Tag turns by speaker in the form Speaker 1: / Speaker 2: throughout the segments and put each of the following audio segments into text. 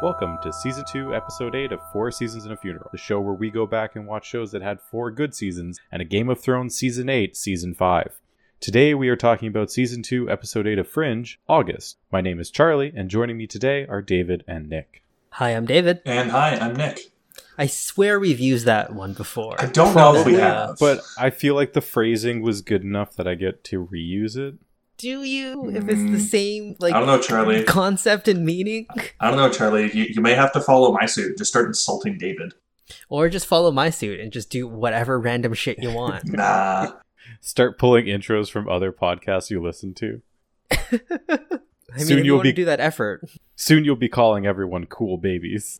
Speaker 1: Welcome to Season 2, Episode 8 of Four Seasons and a Funeral, the show where we go back and watch shows that had four good seasons and a Game of Thrones Season 8, Season 5. Today we are talking about Season 2, Episode 8 of Fringe, August. My name is Charlie, and joining me today are David and Nick.
Speaker 2: Hi, I'm David.
Speaker 3: And hi, I'm Nick.
Speaker 2: I swear we've used that one before.
Speaker 3: I don't know if Oh, we have,
Speaker 1: But I feel like the phrasing was good enough that I get to reuse it.
Speaker 2: Do you? If it's the same, like
Speaker 3: I don't know, Charlie.
Speaker 2: concept and meaning,
Speaker 3: I don't know, Charlie. You, you may have to follow my suit. Just start insulting David.
Speaker 2: or just follow my suit and just do whatever random shit you want.
Speaker 3: Nah.
Speaker 1: Start pulling intros from other podcasts you listen to.
Speaker 2: I mean,
Speaker 1: Soon
Speaker 2: if you
Speaker 1: you'll
Speaker 2: want
Speaker 1: be-
Speaker 2: to do that effort.
Speaker 1: Soon you'll be calling everyone cool babies.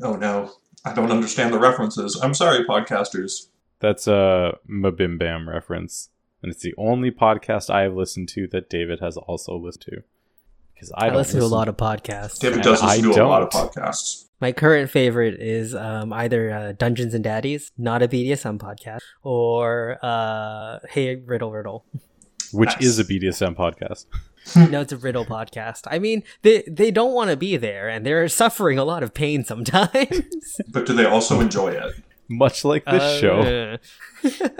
Speaker 3: Oh no, I don't understand the references. I'm sorry, podcasters.
Speaker 1: That's a Mabim Bam reference. And it's the only podcast I have listened to that David has also listened to. Because I,
Speaker 2: I,
Speaker 1: don't
Speaker 2: listen to a lot of podcasts.
Speaker 3: David
Speaker 1: And
Speaker 3: does listen
Speaker 1: I
Speaker 3: to a lot of
Speaker 1: don't.
Speaker 3: podcasts.
Speaker 2: My current favorite is um, either uh, Dungeons and Daddies, not a BDSM podcast, or uh, Hey Riddle Riddle.
Speaker 1: which
Speaker 3: Nice.
Speaker 1: is a BDSM podcast.
Speaker 2: no, it's a riddle podcast. I mean, they they don't want to be there, and they're suffering a lot of pain sometimes.
Speaker 3: But do they also enjoy it?
Speaker 1: Much like this
Speaker 2: Uh,
Speaker 1: show.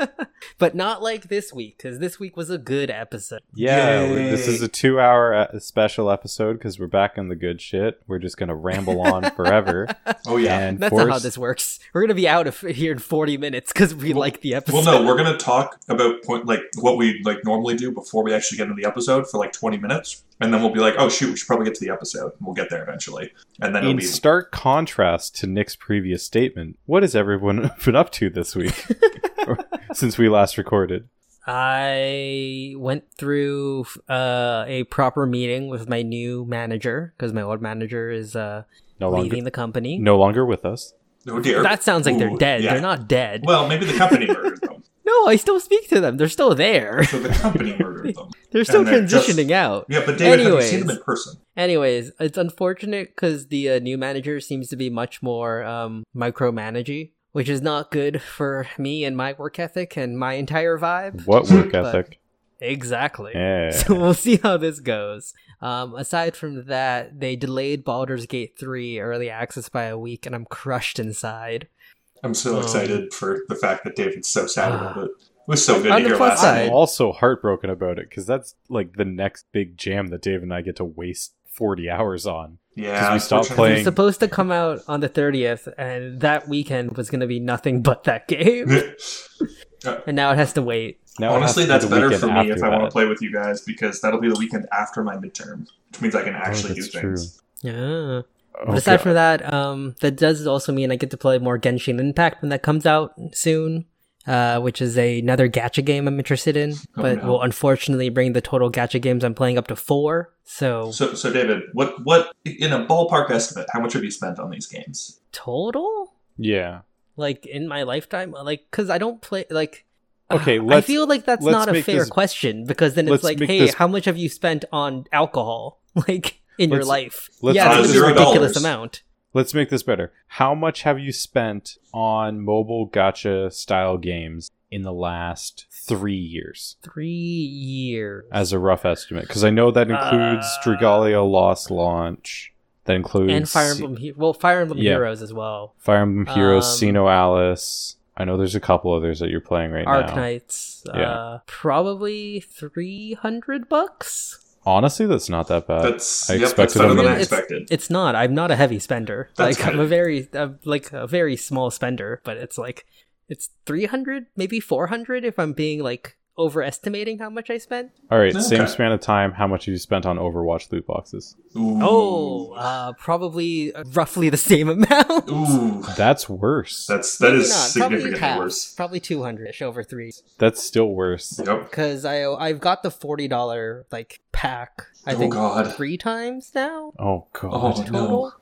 Speaker 2: but not like this week, because this week was a good episode.
Speaker 1: Yeah,
Speaker 3: Yay.
Speaker 1: we- this is a two hour uh, special episode because we're back in the good shit. We're just going to ramble on forever.
Speaker 3: Oh yeah.
Speaker 1: And
Speaker 2: That's
Speaker 1: force,
Speaker 2: not how this works. We're gonna be out of here in forty minutes because we like the episode.
Speaker 3: well, no, we're gonna talk about point like what we like normally do before we actually get into the episode for like 20 minutes, and then we'll be like, oh shoot, we should probably get to the episode. We'll get there eventually, and then it'll
Speaker 1: In
Speaker 3: be
Speaker 1: stark contrast to Nick's previous statement, what has everyone been up to this week Or- since we last recorded?
Speaker 2: I went through uh, a proper meeting with my new manager because my old manager is uh,
Speaker 1: No longer,
Speaker 2: leaving the company.
Speaker 1: no longer with us.
Speaker 3: oh dear.
Speaker 2: That sounds like they're
Speaker 3: Ooh,
Speaker 2: dead.
Speaker 3: yeah.
Speaker 2: They're not dead.
Speaker 3: Well, maybe the company murdered them.
Speaker 2: no, I still speak to them. They're still there.
Speaker 3: So the company murdered them.
Speaker 2: They're still
Speaker 3: they're just-
Speaker 2: transitioning out.
Speaker 3: Yeah, but David, have you seen
Speaker 2: Anyways.
Speaker 3: them in person?
Speaker 2: Anyways, it's unfortunate because the uh, new manager seems to be much more um, micromanagey, which is not good for me and my work ethic and my entire vibe.
Speaker 1: What work
Speaker 2: But-
Speaker 1: ethic?
Speaker 2: Exactly.
Speaker 1: Yeah.
Speaker 2: So we'll see how this goes. Um, aside from that, they delayed Baldur's Gate 3 early access by a week, and I'm crushed inside.
Speaker 3: I'm so
Speaker 1: Oh.
Speaker 2: Um,
Speaker 3: excited for the fact that David's so sad
Speaker 2: uh,
Speaker 3: about
Speaker 1: Ah.
Speaker 3: it. It was so good
Speaker 2: on
Speaker 3: to
Speaker 2: the
Speaker 3: hear
Speaker 2: plus
Speaker 3: last
Speaker 2: side-
Speaker 3: night.
Speaker 1: I'm also heartbroken about it because that's like the next big jam that Dave and I get to waste 40 hours on.
Speaker 3: Yeah,
Speaker 1: 'Cause we stopped
Speaker 2: It
Speaker 3: unfortunately-
Speaker 2: was
Speaker 1: playing-
Speaker 2: supposed to come out on the 30th, and that weekend was going to be nothing but that game. and now it has to wait.
Speaker 1: Now it has
Speaker 3: Uh, Honestly,
Speaker 1: to be
Speaker 3: that's
Speaker 1: the
Speaker 3: better
Speaker 1: weekend
Speaker 3: for me
Speaker 1: after
Speaker 3: if I want to
Speaker 1: that.
Speaker 3: play with you guys because that'll be the weekend after my midterm, which means I can actually do
Speaker 1: Oh, that's
Speaker 3: things.
Speaker 2: Yeah.
Speaker 1: Oh,
Speaker 2: But aside
Speaker 1: God.
Speaker 2: from that, um, that does also mean I get to play more Genshin Impact when that comes out soon, uh, which is another gacha game I'm interested in,
Speaker 3: Oh,
Speaker 2: but
Speaker 3: no.
Speaker 2: will unfortunately bring the total gacha games I'm playing up to four. So,
Speaker 3: So, so David, what, what in a ballpark estimate, how much have you spent on these games?
Speaker 2: total?
Speaker 1: Yeah.
Speaker 2: Like in my lifetime? Like, because I don't play, like,
Speaker 1: Okay,
Speaker 2: I
Speaker 1: let's-
Speaker 2: feel like that's
Speaker 1: let's
Speaker 2: not a
Speaker 1: make
Speaker 2: fair
Speaker 1: this-
Speaker 2: question because then
Speaker 1: let's
Speaker 2: it's like,
Speaker 1: make
Speaker 2: hey,
Speaker 1: this-
Speaker 2: how much have you spent on alcohol? Like, in your
Speaker 1: Let's-
Speaker 2: life?
Speaker 1: let's-
Speaker 2: yeah,
Speaker 3: Uh,
Speaker 2: it's a
Speaker 3: zero
Speaker 2: ridiculous
Speaker 3: dollars.
Speaker 2: amount.
Speaker 1: Let's make this better. How much have you spent on mobile gotcha style games in the last three years
Speaker 2: Three years.
Speaker 1: as a rough estimate? Because I know that includes
Speaker 2: Uh,
Speaker 1: Dragalia Lost Launch, that includes
Speaker 2: and Fire Emblem, He- well, Fire Emblem
Speaker 1: Yeah.
Speaker 2: Heroes as well.
Speaker 1: Fire Emblem Heroes,
Speaker 2: Um,
Speaker 1: Sino Alice. I know there's a couple others that you're playing right now.
Speaker 2: Arknights,
Speaker 1: Yeah.
Speaker 2: uh, probably three hundred bucks.
Speaker 1: Honestly, that's not that bad.
Speaker 3: That's
Speaker 1: Uh, I
Speaker 3: yep, that's
Speaker 1: expected
Speaker 3: better
Speaker 1: them
Speaker 3: than
Speaker 1: to-
Speaker 3: I
Speaker 2: It's-
Speaker 3: expected.
Speaker 2: It's not. I'm not a heavy spender.
Speaker 3: That's
Speaker 2: like
Speaker 3: good.
Speaker 2: I'm a very uh, like a very small spender, but it's like it's three hundred, maybe four hundred, if I'm being like overestimating how much I spent.
Speaker 1: All right, same
Speaker 3: Okay.
Speaker 1: span of time. How much have you spent on Overwatch loot boxes?
Speaker 3: Ooh.
Speaker 2: Oh, uh, probably roughly the same amount.
Speaker 3: ooh,
Speaker 1: That's worse.
Speaker 3: that's that
Speaker 2: Maybe
Speaker 3: is
Speaker 2: not,
Speaker 3: significantly
Speaker 2: probably half,
Speaker 3: worse.
Speaker 2: Probably two hundred ish over three.
Speaker 1: That's still worse.
Speaker 3: Yep.
Speaker 2: Cause I I've got the forty dollar like pack. I
Speaker 3: Oh,
Speaker 2: think
Speaker 3: God.
Speaker 2: three times now.
Speaker 1: Oh god.
Speaker 3: Oh, no.
Speaker 2: total.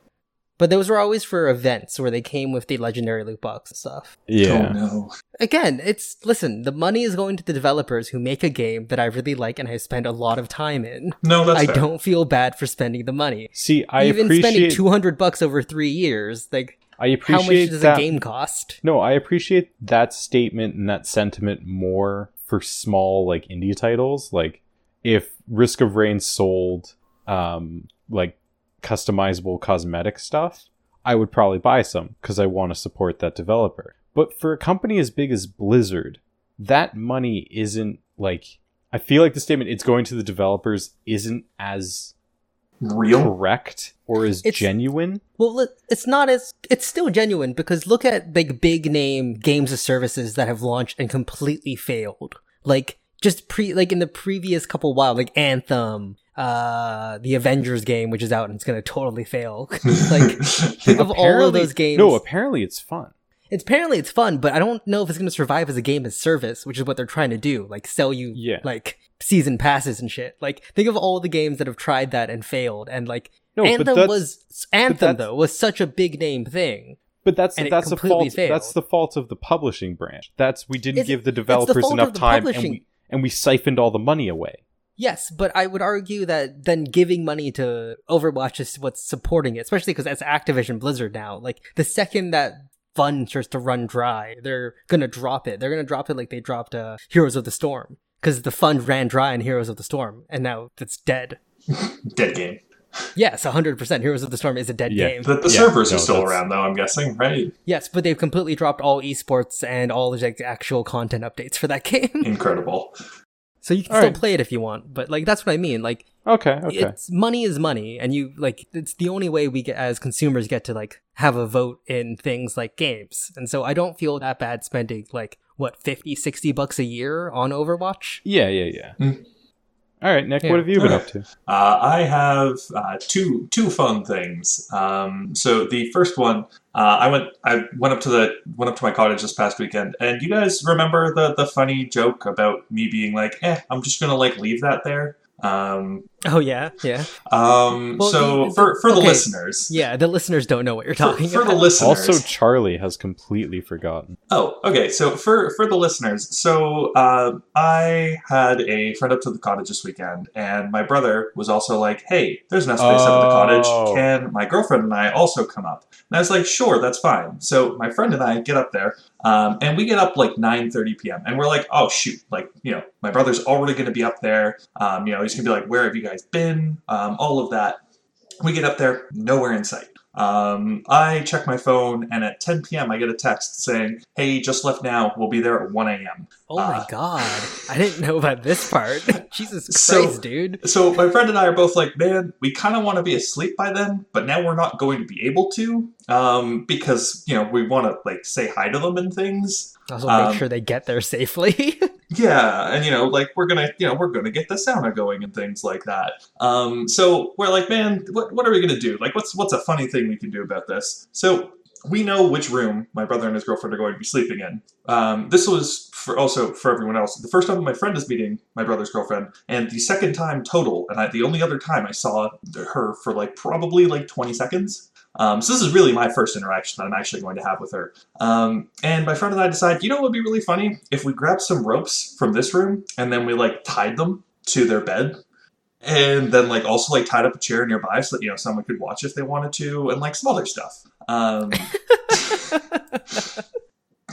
Speaker 2: But those were always for events where they came with the legendary loot box and stuff.
Speaker 1: Yeah.
Speaker 3: Oh no.
Speaker 2: Again, it's listen, the money is going to the developers who make a game that I really like and I spend a lot of time in.
Speaker 3: No, that's
Speaker 2: I
Speaker 3: fair.
Speaker 2: don't feel bad for spending the money.
Speaker 1: See, I
Speaker 2: Even spending
Speaker 1: appreciate.
Speaker 2: 200 bucks over 3 years, like
Speaker 1: I
Speaker 2: how
Speaker 1: appreciate
Speaker 2: much does
Speaker 1: that.
Speaker 2: a game cost?
Speaker 1: No, I appreciate that statement and that sentiment more for small like indie titles. Like if Risk of Rain sold um like customizable cosmetic stuff, I would probably buy some because I want to support that developer. But for a company as big as Blizzard, that money isn't like I feel like the statement it's going to the developers isn't as
Speaker 3: Real.
Speaker 1: correct or as
Speaker 2: It's-
Speaker 1: genuine.
Speaker 2: Well, li- it's not as it's still genuine because look at big big name games of services that have launched and completely failed. Like just pre like in the previous couple while like Anthem, uh the Avengers game which is out and it's going to totally fail. like of all of
Speaker 1: Apparently-
Speaker 2: those games.
Speaker 1: No, apparently it's fun.
Speaker 2: it's apparently it's fun, but I don't know if it's going to survive as a game as service, which is what they're trying to do, like sell you
Speaker 1: Yeah.
Speaker 2: like season passes and shit. Like think of all the games that have tried that and failed and like
Speaker 1: No, but
Speaker 2: Anthem
Speaker 1: that's,
Speaker 2: was Anthem
Speaker 1: that's-
Speaker 2: though was such a big name thing.
Speaker 1: but that's
Speaker 2: and it
Speaker 1: that's the
Speaker 2: completely
Speaker 1: fault.
Speaker 2: failed.
Speaker 1: That's the fault of the publishing branch. That's we didn't
Speaker 2: It's-
Speaker 1: give the
Speaker 2: it's the
Speaker 1: developers
Speaker 2: fault
Speaker 1: enough
Speaker 2: of the
Speaker 1: time, and
Speaker 2: publishing-
Speaker 1: we and we siphoned all the money away.
Speaker 2: Yes, but I would argue that then giving money to Overwatch is what's supporting it, especially because that's Activision Blizzard now. Like the second that fund starts to run dry, they're gonna drop it. They're gonna drop it like they dropped uh, Heroes of the Storm because the fund ran dry in Heroes of the Storm, and now it's dead.
Speaker 1: oh.
Speaker 3: Dead game.
Speaker 2: Yes, hundred percent. Heroes of the Storm is a dead
Speaker 1: Yeah.
Speaker 2: game.
Speaker 3: The, the
Speaker 1: Yeah,
Speaker 3: servers
Speaker 1: no,
Speaker 3: are still
Speaker 1: that's-
Speaker 3: around, though, I'm guessing, right?
Speaker 2: Yes, but they've completely dropped all esports and all the like, actual content updates for that game.
Speaker 3: Incredible.
Speaker 2: so you can
Speaker 1: All
Speaker 2: still
Speaker 1: right.
Speaker 2: play it if you want, but like that's what I mean. Like
Speaker 1: Okay, okay.
Speaker 2: it's money is money and you like it's the only way we get as consumers get to like have a vote in things like games and so i don't feel that bad spending like what 50 60 bucks a year on overwatch
Speaker 1: yeah, yeah, yeah.
Speaker 3: Mm.
Speaker 1: All right, Nick,
Speaker 2: Yeah.
Speaker 1: what have you been up to?
Speaker 3: Uh, I have uh, two two fun things. Um, so the first one, uh, I went I went up to the went up to my cottage this past weekend, and you guys remember the the funny joke about me being like, eh, I'm just gonna like leave that there. Um,
Speaker 2: oh yeah yeah
Speaker 3: um,
Speaker 2: Well,
Speaker 3: so
Speaker 2: the- the-
Speaker 3: for for the
Speaker 2: okay.
Speaker 3: listeners,
Speaker 2: yeah the listeners don't know what you're
Speaker 3: for,
Speaker 2: talking
Speaker 3: for the
Speaker 2: about
Speaker 3: listeners,
Speaker 1: Also, Charlie has completely forgotten.
Speaker 3: Oh, okay. So for for the listeners, so uh, I had a friend up to the cottage this weekend, and my brother was also like, "Hey, there's no space up at the
Speaker 1: Oh.
Speaker 3: cottage. Can my girlfriend and I also come up?" And I was like, "Sure, that's fine." So my friend and I get up there, um, and we get up like 9:30 p.m. and we're like, "Oh shoot!" Like you know, my brother's already going to be up there. Um, you know, he's going to be like, "Where have you guys been?" Um, all of that. We get up there, nowhere in sight. Um, I check my phone, and at 10 p.m. I get a text saying, "Hey, just left now. We'll be there at 1 a.m."
Speaker 2: oh my
Speaker 3: uh,
Speaker 2: god i didn't know about this part jesus christ
Speaker 3: So-
Speaker 2: dude
Speaker 3: So my friend and I are both like, "Man, we kind of want to be asleep by then, but now we're not going to be able to um, because you know we want to like say hi to them and things."
Speaker 2: also
Speaker 3: um,
Speaker 2: make sure they get there safely
Speaker 3: Yeah, and you know, like we're gonna, you know, we're gonna get the sauna going and things like that. Um, so we're like, man, what what are we gonna do? Like, what's what's a funny thing we can do about this? So we know which room my brother and his girlfriend are going to be sleeping in. Um, this was for also for everyone else. The first time my friend is meeting my brother's girlfriend, and the second time total, and I, the only other time I saw her for like probably like twenty seconds. Um, so this is really my first interaction that I'm actually going to have with her. Um, and my friend and I decided, you know what would be really funny? If we grabbed some ropes from this room and then we like tied them to their bed and then like also like tied up a chair nearby so that you know someone could watch if they wanted to and like some other stuff. Um,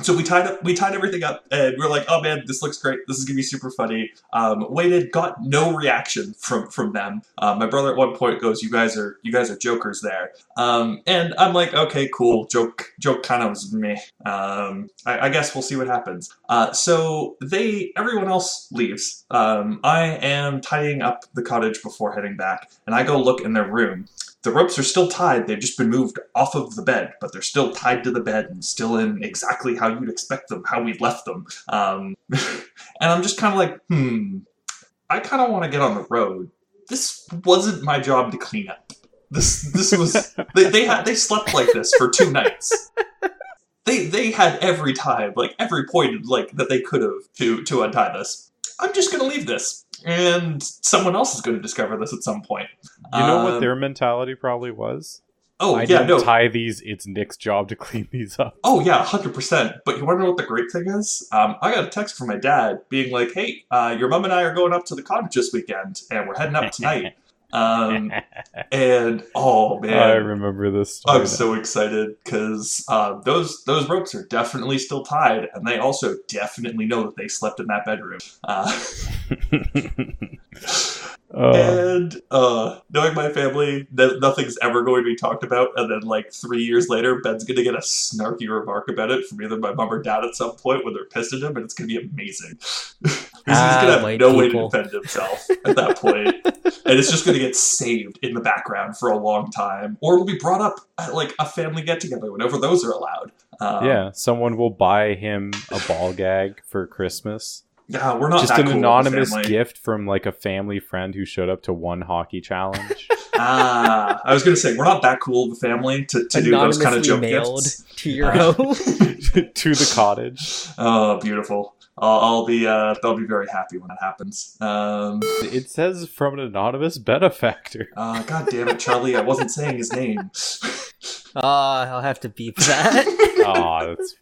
Speaker 3: so we tied up we tied everything up and we were like, oh man, this looks great. This is gonna be super funny. Um, waited, got no reaction from from them. Uh, my brother at one point goes, you guys are you guys are jokers there. Um, and I'm like, okay, cool. Joke, joke kind of was meh. Um, I, I guess we'll see what happens. Uh, so they, everyone else leaves. Um, I am tidying up the cottage before heading back, and I go look in their room. The ropes are still tied. They've just been moved off of the bed, but they're still tied to the bed and still in exactly how you'd expect them, how we left them. Um, and I'm just kind of like, hmm, I kind of want to get on the road. This wasn't my job to clean up. This this was they they had they slept like this for two nights. They they had every time, like every point, like that they could have to to untie this. I'm just gonna leave this, and someone else is gonna discover this at some point.
Speaker 1: You know what
Speaker 3: Um,
Speaker 1: their mentality probably was?
Speaker 3: Oh
Speaker 1: I
Speaker 3: yeah,
Speaker 1: didn't
Speaker 3: no.
Speaker 1: tie these. It's Nick's job to clean these up.
Speaker 3: Oh yeah, hundred percent. But you want to know what the great thing is? Um, I got a text from my dad being like, "Hey, uh, your mom and I are going up to the cottage this weekend, and we're heading up tonight." um, and oh man,
Speaker 1: I remember this. Story
Speaker 3: I'm so excited because uh, those those ropes are definitely still tied, and they also definitely know that they slept in that bedroom. Uh,
Speaker 1: now. Uh,
Speaker 3: and uh, knowing my family, that nothing's ever going to be talked about. And then, like three years later, Ben's going to get a snarky remark about it from either my mom or dad at some point when they're pissed at him, and it's going to be amazing. Because
Speaker 2: Ah,
Speaker 3: he's going to
Speaker 2: my
Speaker 3: have no way to
Speaker 2: people.
Speaker 3: defend himself at that point, and it's just going to get saved in the background for a long time, or it'll be brought up at like a family get together whenever those are allowed. Um,
Speaker 1: yeah, someone will buy him a ball gag for Christmas.
Speaker 3: yeah, we're not
Speaker 1: Just
Speaker 3: that
Speaker 1: an
Speaker 3: cool of a
Speaker 1: anonymous
Speaker 3: family.
Speaker 1: gift from like a family friend who showed up to one hockey challenge.
Speaker 3: ah, I was going to say we're not that cool of a family to, to do those kind of
Speaker 2: Anonymously
Speaker 3: joke
Speaker 2: mailed
Speaker 3: gifts.
Speaker 2: to your home.
Speaker 1: to the cottage.
Speaker 3: Oh, beautiful. I'll, I'll be uh, I'll be very happy when that happens. Um,
Speaker 1: It says from an anonymous benefactor.
Speaker 3: uh, God damn it, Charlie! I wasn't saying his name.
Speaker 2: Ah, I'll have to beep that.
Speaker 3: Oh,
Speaker 1: Aw, that's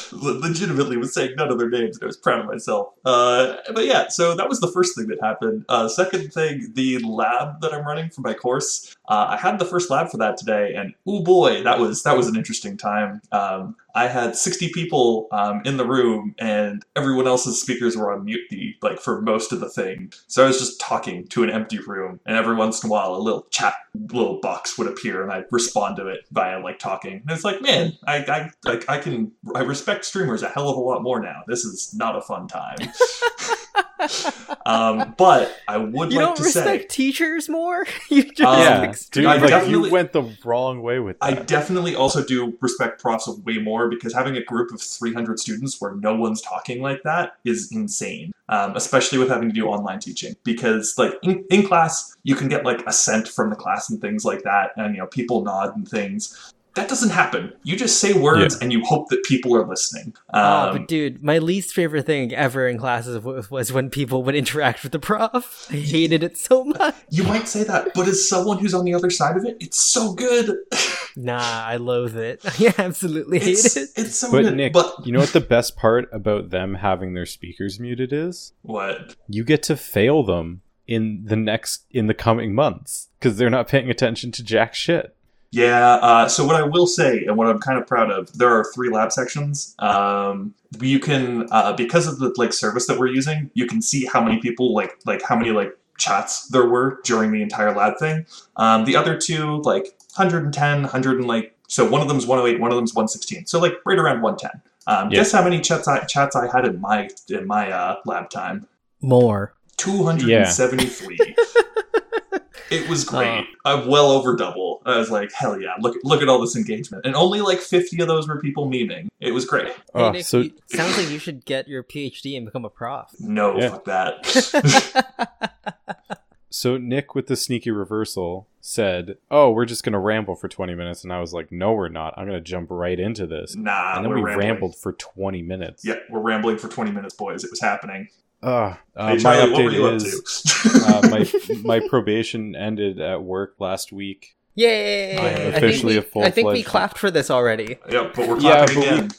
Speaker 1: fine.
Speaker 3: Le- legitimately was saying none of their names and I was proud of myself. Uh, but yeah, so that was the first thing that happened. Uh, second thing, the lab that I'm running for my course. Uh, I had the first lab for that today, and oh boy, that was that was an interesting time. Um, I had 60 people um, in the room, and everyone else's speakers were on mute the like for most of the thing. So I was just talking to an empty room, and every once in a while, a little chat little box would appear and I'd respond to it via like talking. And it's like, man, I, I like I can I respect streamers a hell of a lot more now. This is not a fun time. um, but I would
Speaker 2: you
Speaker 3: like
Speaker 2: don't
Speaker 3: to
Speaker 2: respect
Speaker 3: say
Speaker 2: teachers more? You just
Speaker 3: Um,
Speaker 1: yeah,
Speaker 2: ex-
Speaker 1: dude,
Speaker 3: I
Speaker 1: like
Speaker 3: definitely-
Speaker 1: you went the wrong way with
Speaker 3: I
Speaker 1: that.
Speaker 3: definitely also do respect profs way more because having a group of 300 students where no one's talking like that is insane, um, especially with having to do online teaching. Because like in, in class, you can get like assent from the class and things like that, and you know people nod and things. That doesn't happen. You just say words and you hope that people are listening.
Speaker 2: Ah,
Speaker 3: Um,
Speaker 2: but dude, my least favorite thing ever in classes w- was when people would interact with the prof. I hated it so much.
Speaker 3: you might say that, but as someone who's on the other side of it, it's so good.
Speaker 2: Nah, I loathe it. I absolutely hate
Speaker 3: It's,
Speaker 2: it.
Speaker 3: it's so
Speaker 1: But
Speaker 3: good.
Speaker 1: Nick,
Speaker 3: but
Speaker 1: you know what the best part about them having their speakers muted is?
Speaker 3: what?
Speaker 1: You get to fail them in the next in the coming months because they're not paying attention to jack shit.
Speaker 3: Yeah. Uh, so what I will say, and what I'm kind of proud of, there are three lab sections. Um, you can uh, because of the like service that we're using, you can see how many people like like how many like chats there were during the entire lab thing. Um, the other two like 110, 100 and like so one of them's 108, one of them's 116. So like right around 110. Um,
Speaker 1: Yeah.
Speaker 3: Guess how many chats I chats I had in my in my uh, lab time.
Speaker 2: More.
Speaker 3: 273. it was great.
Speaker 1: Oh.
Speaker 3: I'm well over double. I was like, hell yeah, look look at all this engagement. And only like 50 of those were people memeing. It was great.
Speaker 2: Hey,
Speaker 1: Oh,
Speaker 2: Nick,
Speaker 1: so
Speaker 2: you- sounds like you should get your PhD and become a prof.
Speaker 3: No,
Speaker 1: Yeah.
Speaker 3: fuck that.
Speaker 1: so Nick with the sneaky reversal said, "Oh, we're just gonna ramble for twenty minutes," and I was like, "No, we're not. I'm gonna jump right into this."
Speaker 3: nah,
Speaker 1: And then
Speaker 3: we're
Speaker 1: we
Speaker 3: rambling.
Speaker 1: rambled for twenty minutes.
Speaker 3: Yeah, we're rambling for 20 minutes, boys. It was happening.
Speaker 1: Uh, uh,
Speaker 3: hey,
Speaker 1: my
Speaker 3: Charlie, what were you
Speaker 1: update is
Speaker 3: up to?
Speaker 1: uh, my my probation ended at work last week.
Speaker 2: Yay!
Speaker 3: I am
Speaker 2: I think
Speaker 1: officially
Speaker 2: we-
Speaker 1: a full-fledged-
Speaker 2: I think we clapped for this already.
Speaker 3: yep, but we're
Speaker 1: Yeah,
Speaker 3: clapping
Speaker 1: but we-
Speaker 3: again.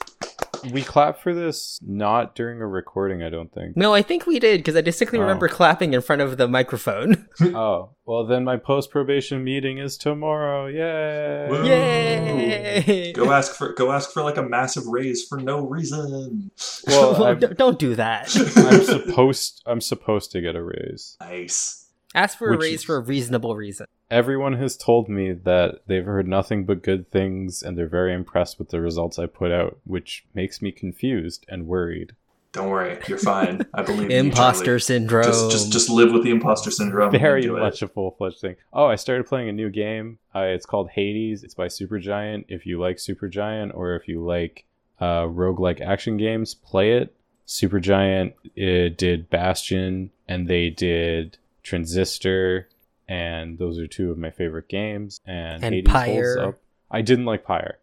Speaker 1: We clap for this not during a recording, I don't think.
Speaker 2: No, I think we did because I distinctly
Speaker 1: Oh.
Speaker 2: remember clapping in front of the microphone.
Speaker 1: oh, well then my post probation meeting is tomorrow.
Speaker 3: Woo.
Speaker 1: Yay!
Speaker 2: Yay!
Speaker 3: Go ask for go ask for like a massive raise for no reason.
Speaker 1: Well, I'm,
Speaker 2: don't, don't do that.
Speaker 1: I'm supposed I'm supposed to get a raise.
Speaker 3: nice.
Speaker 2: Ask for a
Speaker 1: Which
Speaker 2: raise
Speaker 1: is-
Speaker 2: for a reasonable reason.
Speaker 1: Everyone has told me that they've heard nothing but good things and they're very impressed with the results I put out, which makes me confused and worried.
Speaker 3: Don't worry, you're fine. I believe in you,
Speaker 2: Imposter
Speaker 3: Charlie.
Speaker 2: syndrome.
Speaker 3: Just, just, just live with the imposter syndrome. and
Speaker 1: Very
Speaker 3: do it.
Speaker 1: much a full fledged thing. Oh, I started playing a new game. Uh, it's called Hades. It's by Supergiant. If you like Supergiant or if you like uh, roguelike action games, play it. Supergiant uh, did Bastion and they did Transistor, and those are two of my favorite games. And,
Speaker 2: And
Speaker 1: Hades holds
Speaker 2: Pyre.
Speaker 1: up. I didn't like Pyre.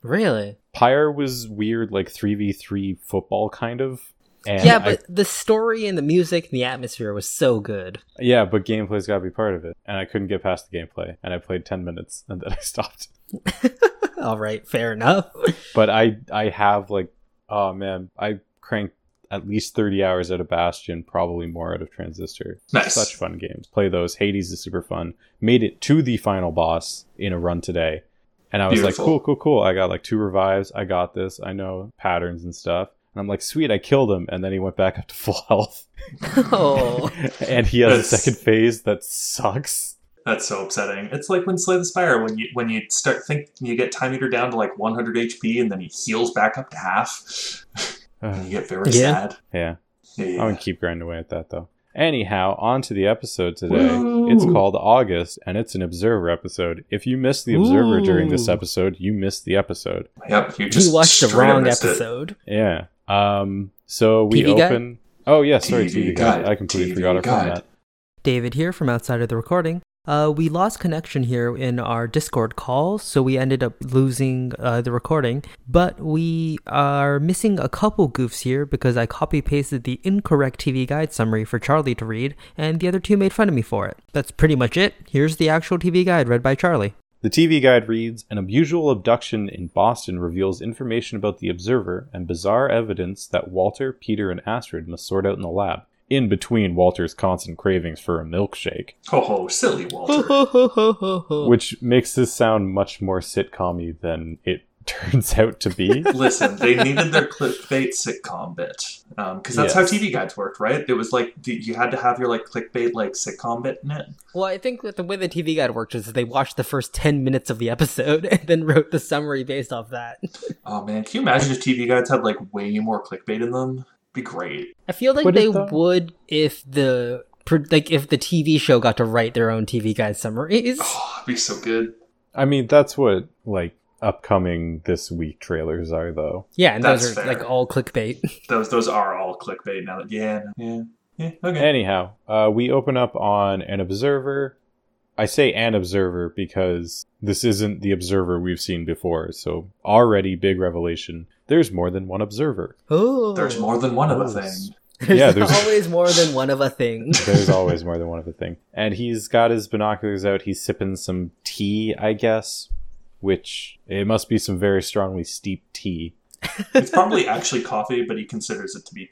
Speaker 2: really?
Speaker 1: Pyre was weird, like 3v3 football kind of. And
Speaker 2: yeah,
Speaker 1: I-
Speaker 2: but the story and the music and the atmosphere was so good.
Speaker 1: yeah, but gameplay's got to be part of it. And I couldn't get past the gameplay. And I played 10 minutes and then I stopped.
Speaker 2: All right, fair enough.
Speaker 1: But I, I have like, oh man, I cranked at least 30 hours out of Bastion, probably more out of Transistor.
Speaker 3: Nice.
Speaker 1: Such fun games. Play those. Hades is super fun. Made it to the final boss in a run today. And I was
Speaker 3: Beautiful.
Speaker 1: like, cool, cool, cool. I got like two revives. I got this. I know patterns and stuff. And I'm like, sweet, I killed him. And then he went back up to full health.
Speaker 2: Oh.
Speaker 1: and he has a
Speaker 3: That's-
Speaker 1: second phase that sucks.
Speaker 3: That's so upsetting. It's like when Slay the Spire, when you when you start thinking you get Time Eater down to like 100 HP and then he heals back up to half, and
Speaker 1: Ugh,
Speaker 3: you get very
Speaker 2: Yeah.
Speaker 3: sad.
Speaker 1: yeah. Oh,
Speaker 3: Yeah.
Speaker 1: I'm gonna keep grinding away at that though. Anyhow, on to the episode today. It's
Speaker 3: Woo.
Speaker 1: called August, and it's an Observer episode. If you missed the Observer during this
Speaker 2: Ooh.
Speaker 1: episode, you missed the episode.
Speaker 3: Yep, you just
Speaker 2: You watched the
Speaker 3: straight up
Speaker 2: wrong
Speaker 3: missed it.
Speaker 2: episode.
Speaker 1: Yeah. Um. So we
Speaker 2: TV Guide?
Speaker 1: open. Oh yeah, sorry,
Speaker 3: TV
Speaker 1: TV, guide.
Speaker 3: Guide,
Speaker 1: I completely
Speaker 3: TV
Speaker 1: forgot our
Speaker 3: Guide.
Speaker 1: format.
Speaker 2: David here from outside of the recording. Uh, we lost connection here in our Discord call, so we ended up losing uh, the recording. But we are missing a couple goofs here because I copy pasted the incorrect TV guide summary for Charlie to read, and the other two made fun of me for it. That's pretty much it. Here's the actual TV guide read by Charlie.
Speaker 1: The TV guide reads An unusual abduction in Boston reveals information about the observer and bizarre evidence that Walter, Peter, and Astrid must sort out in the lab, in between Walter's constant cravings for a milkshake,
Speaker 3: Ho ho, silly Walter.
Speaker 2: Which
Speaker 1: which makes this sound much more sitcom y than it turns out to be.
Speaker 3: Listen, they needed their clickbait sitcom bit because that's how
Speaker 1: Yes.
Speaker 3: TV guides worked, right? It was like the, you had to have your like clickbait like sitcom bit in it.
Speaker 2: well, I think that the way the TV guide worked is that they watched the first ten minutes of the episode and then wrote the summary based off that.
Speaker 3: Oh man, can you imagine if TV guides had like way more clickbait in them? Be great.
Speaker 2: I feel like
Speaker 1: Would it
Speaker 2: they
Speaker 1: though?
Speaker 2: would if the pro- like if the TV show got to write their own TV guide summaries.
Speaker 3: Oh, it'd be so good.
Speaker 1: I mean, that's what, like, upcoming this week trailers are, though.
Speaker 2: yeah, and those are
Speaker 3: that's fair.
Speaker 2: like all clickbait.
Speaker 3: Those those are all clickbait now. That, yeah, yeah, yeah. Okay.
Speaker 1: Anyhow, uh, we open up on an observer. I say an observer because this isn't the observer we've seen before, so already big revelation. There's more than one observer.
Speaker 2: Oh,
Speaker 3: There's more than one of a
Speaker 1: Oh,
Speaker 3: thing.
Speaker 2: There's
Speaker 1: Yeah, there's-
Speaker 2: always more than one of a thing.
Speaker 1: There's always more than one of a thing. And he's got his binoculars out. He's sipping some tea, I guess, which it must be some very strongly steeped tea.
Speaker 3: It's probably actually coffee, but he considers it to be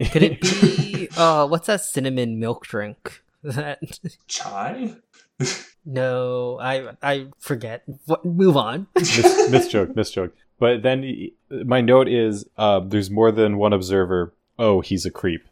Speaker 3: t-
Speaker 2: Could it be? Uh, what's that cinnamon milk drink? That
Speaker 3: chai.
Speaker 2: no, I I forget. What, move on.
Speaker 1: miss, miss joke, miss joke. But then y- my note is uh, there's more than one observer. Oh, he's a creep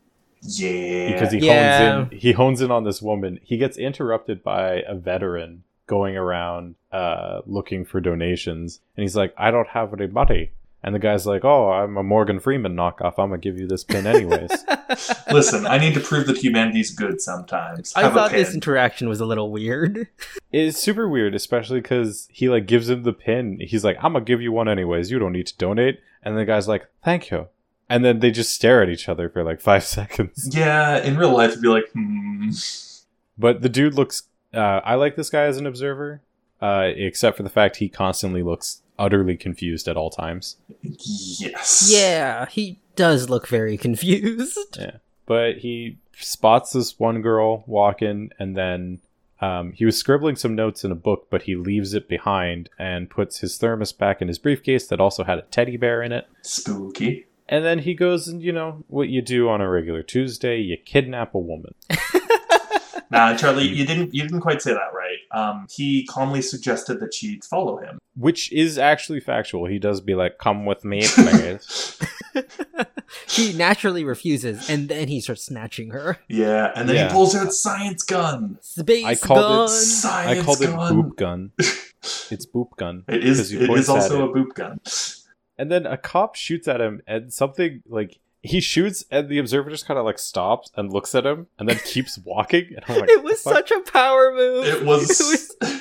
Speaker 3: Yeah.
Speaker 1: because he
Speaker 2: Yeah.
Speaker 1: hones in. He hones in on this woman. He gets interrupted by a veteran going around uh, looking for donations, and he's like, "I don't have any money." And the guy's like, "Oh, I'm a Morgan Freeman knockoff. I'm gonna give you this pin anyways."
Speaker 3: Listen, I need to prove that humanity's good sometimes.
Speaker 2: I
Speaker 3: Have a
Speaker 2: thought this
Speaker 3: pin.
Speaker 2: interaction was a little weird.
Speaker 1: it's super weird, especially because he like gives him the pin. He's like, "I'm gonna give you one anyways. You don't need to donate." And the guy's like, "Thank you." And then they just stare at each other for like five seconds.
Speaker 3: yeah, in real life, it'd be like, hmm.
Speaker 1: But the dude looks. Uh, I like this guy as an observer, uh, except for the fact he constantly looks utterly confused at all times.
Speaker 3: Yes.
Speaker 2: yeah, he does look very confused.
Speaker 1: But he spots this one girl walking, and then um, he was scribbling some notes in a book, but he leaves it behind and puts his thermos back in his briefcase that also had a teddy bear in it.
Speaker 3: Spooky.
Speaker 1: And then he goes and, you know, what you do on a regular Tuesday, you kidnap a woman.
Speaker 3: Nah, Charlie, you didn't you didn't quite say that right. Um, he calmly suggested that she follow him.
Speaker 1: Which is actually factual. He does be like, come with me, please.
Speaker 2: She naturally refuses, and then he starts snatching her.
Speaker 3: Yeah, and then
Speaker 1: Yeah.
Speaker 3: he pulls out science gun.
Speaker 2: Space
Speaker 1: I called it
Speaker 2: gun.
Speaker 3: Science
Speaker 1: I called it
Speaker 3: gun.
Speaker 1: boop gun. It's boop gun.
Speaker 3: It
Speaker 1: 'Cause
Speaker 3: is.
Speaker 1: he
Speaker 3: It
Speaker 1: points
Speaker 3: is
Speaker 1: at
Speaker 3: also
Speaker 1: it.
Speaker 3: a boop gun.
Speaker 1: And then a cop shoots at him, and something like he shoots, and the observer just kind of like stops and looks at him, and then keeps walking. And I'm like,
Speaker 2: it was
Speaker 1: "What the fuck?"
Speaker 2: such a power move.
Speaker 3: It was.
Speaker 2: It was.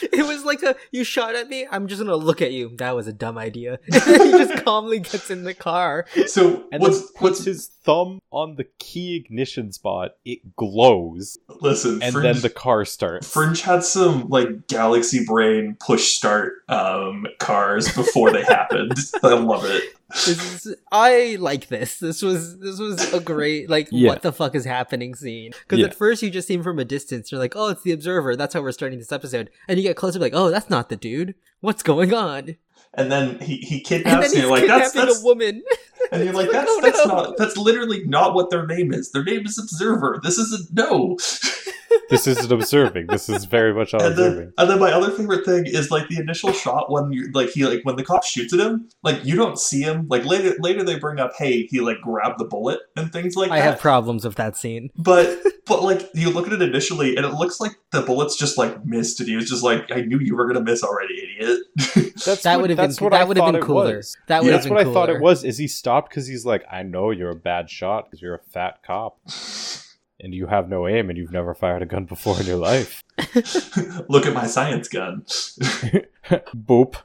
Speaker 2: It was like a you shot at me. I'm just gonna look at you. That was a dumb idea. he just calmly gets in the car.
Speaker 3: so
Speaker 1: And
Speaker 3: what's
Speaker 1: then
Speaker 3: what's
Speaker 1: puts his thumb on the key ignition spot. It glows,
Speaker 3: listen?
Speaker 1: and
Speaker 3: Fringe,
Speaker 1: then the car starts.
Speaker 3: Fringe had some like galaxy brain push start um, cars before they happened. I love it.
Speaker 2: This is, I like this. This was this was a great like
Speaker 1: Yeah.
Speaker 2: what the fuck is happening scene. Because
Speaker 1: Yeah.
Speaker 2: at first you just see him from a distance. You're like, oh, it's the observer. That's how we're starting this episode. And you get closer, like, oh, that's not the dude. What's going on?
Speaker 3: And then he, he
Speaker 2: And then
Speaker 3: kidnaps
Speaker 2: he's
Speaker 3: you. Like
Speaker 2: kidnapping
Speaker 3: that's that's
Speaker 2: a woman.
Speaker 3: and you're like
Speaker 2: It's like,
Speaker 3: that's
Speaker 2: oh, no.
Speaker 3: that's not that's literally not what their name is. Their name is Observer. This isn't no.
Speaker 1: this isn't observing. This is very much
Speaker 3: And
Speaker 1: observing.
Speaker 3: then, and then my other favorite thing is like the initial shot when you like he like when the cop shoots at him, like you don't see him. Like later later they bring up, hey, he like grabbed the bullet and things like
Speaker 2: I
Speaker 3: that.
Speaker 2: have problems with that scene.
Speaker 3: but but like you look at it initially and it looks like the bullets just like missed and he was just like, I knew you were gonna miss already, idiot.
Speaker 1: That's
Speaker 2: That
Speaker 1: what-
Speaker 2: would have been
Speaker 1: that's what I
Speaker 2: that would have
Speaker 1: thought
Speaker 2: been
Speaker 1: it
Speaker 2: cooler.
Speaker 1: was.
Speaker 2: That would
Speaker 3: Yeah.
Speaker 2: have
Speaker 1: That's
Speaker 2: been
Speaker 1: what I thought
Speaker 2: cooler.
Speaker 1: it was. Is he stopped because he's like, I know you're a bad shot because you're a fat cop and you have no aim and you've never fired a gun before in your life.
Speaker 3: look at my science gun.
Speaker 1: Boop.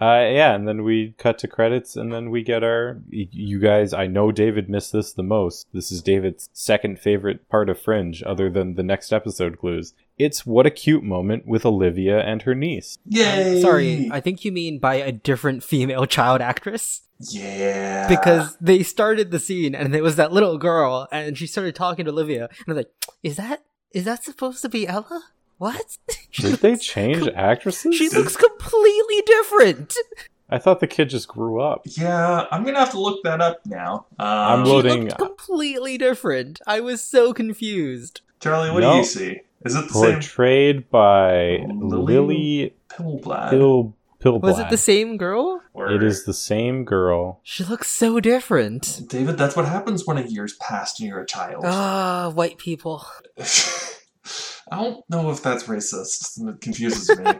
Speaker 1: Uh, yeah, and then we cut to credits, and then we get our. y- You guys, I know David missed this the most. This is David's second favorite part of Fringe, other than the next episode clues. It's what a cute moment with Olivia and her niece.
Speaker 3: Yay!
Speaker 2: Sorry, I think you mean by a different female child actress
Speaker 3: yeah.
Speaker 1: Ah.
Speaker 2: because they started the scene and it was that little girl and she started talking to Olivia and I'm like, is that is that supposed to be Ella? What? she,
Speaker 1: Did they
Speaker 2: looks-
Speaker 1: change
Speaker 2: she
Speaker 1: actresses?
Speaker 2: looks completely different.
Speaker 1: I thought the kid just grew up.
Speaker 3: yeah, I'm gonna have to look that up now. Um,
Speaker 1: I'm
Speaker 2: She
Speaker 1: loading-
Speaker 2: looked completely different. I was so confused.
Speaker 3: Charlie, what
Speaker 1: No.
Speaker 3: do you see? Is it the same
Speaker 1: Portrayed by Lily
Speaker 3: Lily Pillblad?
Speaker 1: Pill Pillblad.
Speaker 2: uh, Was it the same girl?
Speaker 3: Or-
Speaker 1: It is the same girl.
Speaker 2: She looks so different.
Speaker 3: David, that's what happens when a year's passed and you're a
Speaker 1: Oh,
Speaker 3: child.
Speaker 2: Ah, white people.
Speaker 3: I don't know if that's racist. and It confuses me.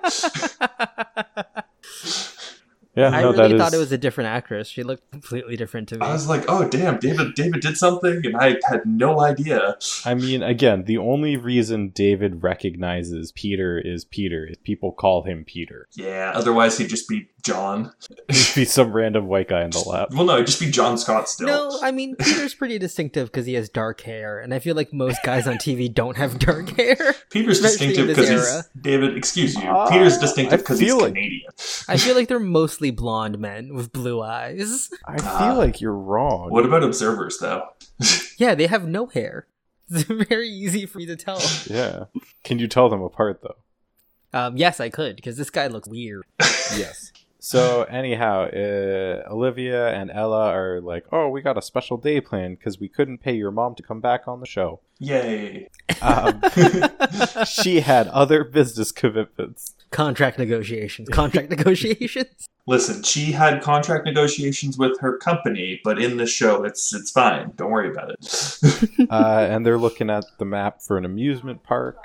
Speaker 1: Yeah,
Speaker 2: I
Speaker 1: no, that
Speaker 2: really
Speaker 1: is.
Speaker 2: thought it was a different actress. She looked completely different to me.
Speaker 3: I was like, "Oh, damn, David! David did something, and I had no idea."
Speaker 1: I mean, again, the only reason David recognizes Peter is Peter is people call him Peter.
Speaker 3: Yeah. Otherwise, he'd just be John.
Speaker 1: He'd be some random white guy in the lab.
Speaker 3: Well, no, he'd just be John Scott still.
Speaker 2: no, I mean Peter's pretty distinctive because he has dark hair, and I feel like most guys on TV don't have dark hair.
Speaker 3: Peter's
Speaker 2: especially in
Speaker 3: distinctive
Speaker 2: this
Speaker 3: because
Speaker 2: era.
Speaker 3: he's David. Excuse you.
Speaker 1: Ah,
Speaker 3: Peter's
Speaker 1: I
Speaker 3: distinctive because he's
Speaker 1: feel it.
Speaker 3: Canadian.
Speaker 2: I feel like they're mostly blonde men with blue eyes.
Speaker 1: I feel like you're wrong.
Speaker 3: Ah. What about observers, though?
Speaker 2: Yeah, they have no hair. It's very easy for me to tell.
Speaker 1: yeah. Can you tell them apart though?
Speaker 2: Um, yes, I could because this guy looks weird.
Speaker 1: Yes. So anyhow, uh, Olivia and Ella are like, "Oh, we got a special day planned because we couldn't pay your mom to come back on the show.
Speaker 3: Yay!
Speaker 1: Um, she had other business commitments."
Speaker 2: Contract negotiations. Contract negotiations.
Speaker 3: Listen, she had contract negotiations with her company, but in the show, it's it's fine. Don't worry about it.
Speaker 1: Uh, and they're looking at the map for an amusement park.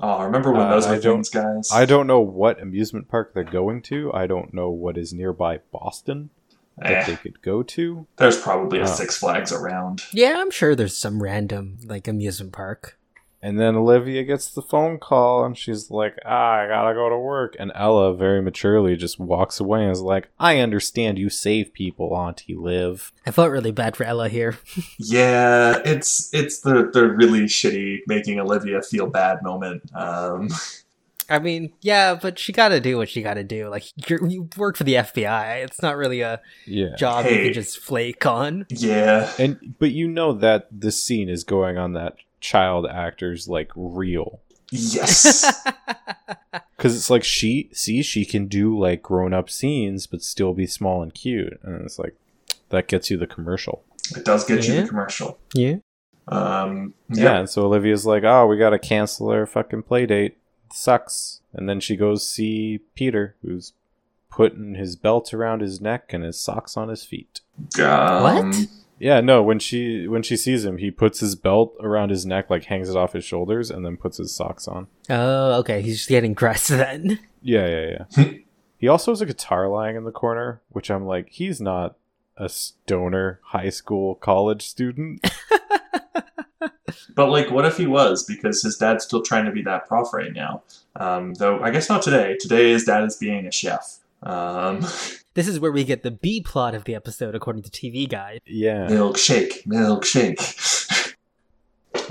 Speaker 3: oh, remember when
Speaker 1: Uh,
Speaker 3: those
Speaker 1: I
Speaker 3: were
Speaker 1: don't-
Speaker 3: things, guys?
Speaker 1: I don't know what amusement park they're going to. I don't know what is nearby Boston that
Speaker 3: Eh,
Speaker 1: they could go to.
Speaker 3: there's probably a
Speaker 1: Oh.
Speaker 3: Six Flags around.
Speaker 2: Yeah, I'm sure there's some random like amusement park.
Speaker 1: And then Olivia gets the phone call and she's like, ah, I gotta go to work. And Ella very maturely just walks away and is like, I understand you save people, Auntie Liv.
Speaker 2: I felt really bad for Ella here.
Speaker 3: Yeah, it's it's the the really shitty making Olivia feel bad moment. Um,
Speaker 2: I mean, yeah, but she got to do what she got to do. Like you're, you work for the FBI. It's not really a
Speaker 1: Yeah.
Speaker 2: job you
Speaker 3: Hey.
Speaker 2: can just flake on.
Speaker 3: yeah,
Speaker 1: And but you know that the scene is going on that child actor's like reel.
Speaker 3: yes,
Speaker 1: Cause it's like she see, she can do like grown up scenes but still be small and cute. And it's like that gets you the commercial.
Speaker 3: it does get you
Speaker 2: Yeah.
Speaker 3: the commercial.
Speaker 2: yeah.
Speaker 3: Um,
Speaker 1: Yeah,
Speaker 3: yeah,
Speaker 1: and so Olivia's like, "Oh, we gotta cancel our fucking play date. Sucks." And then she goes see Peter, who's putting his belt around his neck and his socks on his feet.
Speaker 3: um,
Speaker 2: What?
Speaker 1: Yeah, no. When she when she sees him, he puts his belt around his neck, like hangs it off his shoulders, and then puts his socks on.
Speaker 2: Oh, okay. He's just getting dressed then.
Speaker 1: Yeah, yeah, yeah. he also has a guitar lying in the corner, which I'm like, he's not a stoner high school college student.
Speaker 3: But like, what if he was? Because his dad's still trying to be that prof right now. Um, though I guess not today. Today his dad is being a chef. Um,
Speaker 2: This is where we get the B plot of the episode, according to TV Guide.
Speaker 1: yeah,
Speaker 3: milkshake, milkshake.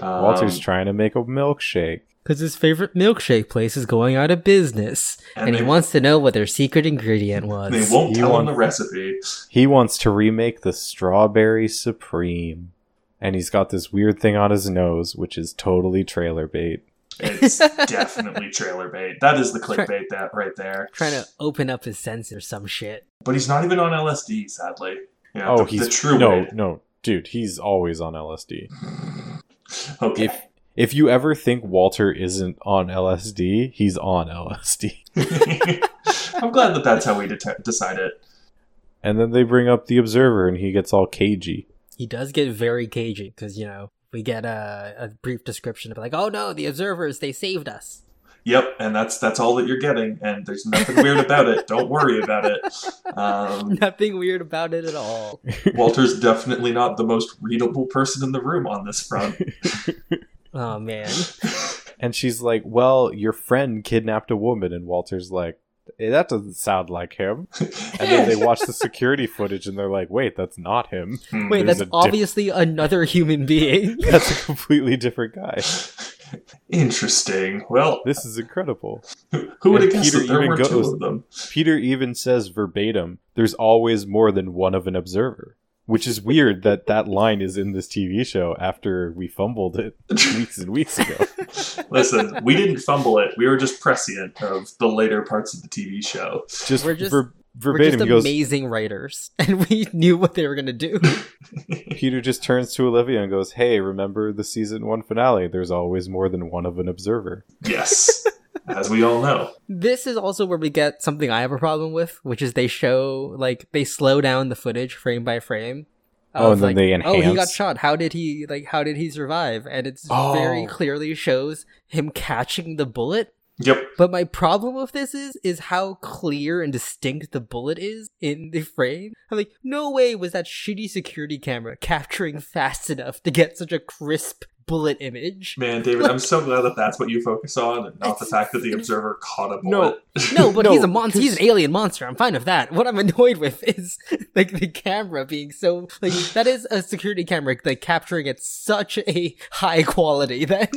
Speaker 3: Um,
Speaker 1: Walter's trying to make a milkshake.
Speaker 2: Because his favorite milkshake place is going out of business, and, he
Speaker 3: they,
Speaker 2: wants to know what their secret ingredient was.
Speaker 3: They won't
Speaker 1: He
Speaker 3: tell
Speaker 1: wants-
Speaker 3: him the recipe.
Speaker 1: He wants to remake the Strawberry Supreme. And he's got this weird thing on his nose, which is totally trailer bait.
Speaker 3: It's definitely trailer bait. That is the clickbait that right there.
Speaker 2: Trying to open up his sense or some shit.
Speaker 3: But he's not even on LSD, sadly. You know,
Speaker 1: oh,
Speaker 3: the,
Speaker 1: he's
Speaker 3: the true
Speaker 1: no,
Speaker 3: way.
Speaker 1: no, dude, he's always on LSD.
Speaker 3: Okay.
Speaker 1: If If you ever think Walter isn't on LSD, he's on LSD.
Speaker 3: I'm glad that that's how we det- decide it.
Speaker 1: And then they bring up the Observer, and he gets all cagey.
Speaker 2: He does get very cagey because you know we get a, a brief description of like, oh no, the observers they saved us.
Speaker 3: Yep, and that's that's all that you're getting, and there's nothing weird about it. Don't worry about it. Um,
Speaker 2: Nothing weird about it at all.
Speaker 3: Walter's definitely not the most readable person in the room on this front.
Speaker 2: Oh man,
Speaker 1: And she's like, "Well, your friend kidnapped a woman," and Walter's like, "Eh, "That doesn't sound like him." And then they watch the security footage, and they're like, "Wait, that's not him.
Speaker 3: Hmm.
Speaker 2: wait,
Speaker 1: There's
Speaker 2: that's
Speaker 1: a diff-
Speaker 2: obviously another human being.
Speaker 1: That's a completely different guy.
Speaker 3: Interesting. Well,
Speaker 1: This is incredible."
Speaker 3: who who would have
Speaker 1: And
Speaker 3: guessed
Speaker 1: Peter
Speaker 3: that there
Speaker 1: even
Speaker 3: were two
Speaker 1: goes-
Speaker 3: of them?
Speaker 1: Peter even says verbatim, "There's always more than one of an observer." Which is weird that that line is in this TV show after we fumbled it weeks and weeks ago.
Speaker 3: Listen, we didn't fumble it. We were just prescient of the later parts of the TV show.
Speaker 1: Just,
Speaker 2: We're just-
Speaker 1: ver-
Speaker 2: We're just
Speaker 1: verbatim, he goes,
Speaker 2: amazing writers, and we knew what they were gonna do.
Speaker 1: Peter just turns to Olivia and goes, Hey, remember the season one finale? There's always more than one of an observer.
Speaker 3: Yes, as we all know.
Speaker 2: This is also where we get something I have a problem with, which is they show like they slow down the footage frame by frame.
Speaker 1: Oh,
Speaker 2: of,
Speaker 1: and then
Speaker 2: like,
Speaker 1: they
Speaker 2: Oh, he got
Speaker 1: enhance?
Speaker 2: shot. How did he like? How did he survive? And it's
Speaker 3: Oh.
Speaker 2: very clearly shows him catching the bullet.
Speaker 3: Yep.
Speaker 2: But my problem with this is is how clear and distinct the bullet is in the frame. I'm like, no way was that shitty security camera capturing fast enough to get such a crisp bullet image.
Speaker 3: Man, David, I'm so glad that that's what you focus on and not the fact that the observer caught a
Speaker 1: No.
Speaker 3: bullet.
Speaker 2: No, but
Speaker 1: No,
Speaker 2: he's a monster.
Speaker 1: 'cause-
Speaker 2: He's an alien monster. I'm fine with that. What I'm annoyed with is like the camera being so like that is a security camera like capturing at such a high quality. Then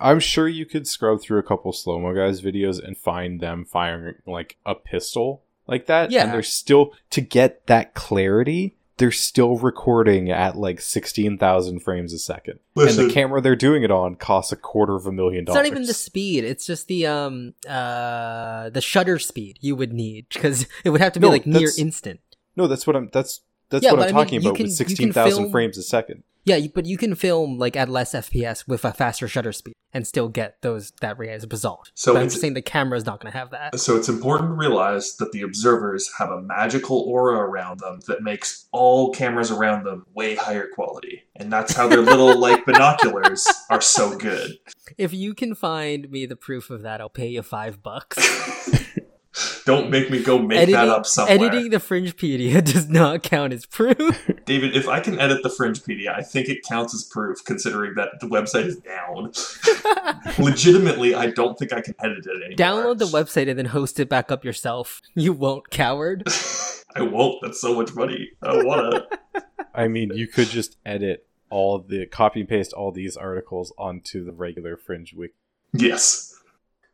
Speaker 1: I'm sure you could scrub through a couple slow mo guys' videos and find them firing like a pistol like that.
Speaker 2: Yeah.
Speaker 1: And they're still, to get that clarity, they're still recording at like 16,000 frames a second. and the camera they're doing it on costs a quarter of a million
Speaker 2: it's
Speaker 1: dollars.
Speaker 2: not even the speed. It's just the um uh the shutter speed you would need because it would have to be
Speaker 1: No,
Speaker 2: like near
Speaker 1: that's-
Speaker 2: instant.
Speaker 1: No, that's what I'm, that's, that's
Speaker 2: Yeah,
Speaker 1: what
Speaker 2: but
Speaker 1: I'm
Speaker 2: I mean,
Speaker 1: talking
Speaker 2: you
Speaker 1: about
Speaker 2: can- you
Speaker 1: with
Speaker 2: can
Speaker 1: 16,000
Speaker 2: film-
Speaker 1: frames a second.
Speaker 2: Yeah, you- but you can film like at less FPS with a faster shutter speed and still get those that ray result.
Speaker 3: So
Speaker 2: So I'm
Speaker 3: it's-
Speaker 2: just saying the camera's not going to have that.
Speaker 3: So it's important to realize that the observers have a magical aura around them that makes all cameras around them way higher quality. And that's how their little like binoculars are so good.
Speaker 2: If you can find me the proof of that, I'll pay you five bucks.
Speaker 3: Don't make me go make that up somewhere.
Speaker 2: Editing the Fringepedia does not count as proof.
Speaker 3: David, if I can edit the Fringepedia, I think it counts as proof considering that the website is down. Legitimately, I don't think I can edit it anymore.
Speaker 2: Download the website and then host it back up yourself. You won't, coward.
Speaker 3: I won't. That's so much money. I don't wanna.
Speaker 1: I mean, you could just edit all the copy and paste all these articles onto the regular Fringe Wiki.
Speaker 3: yes.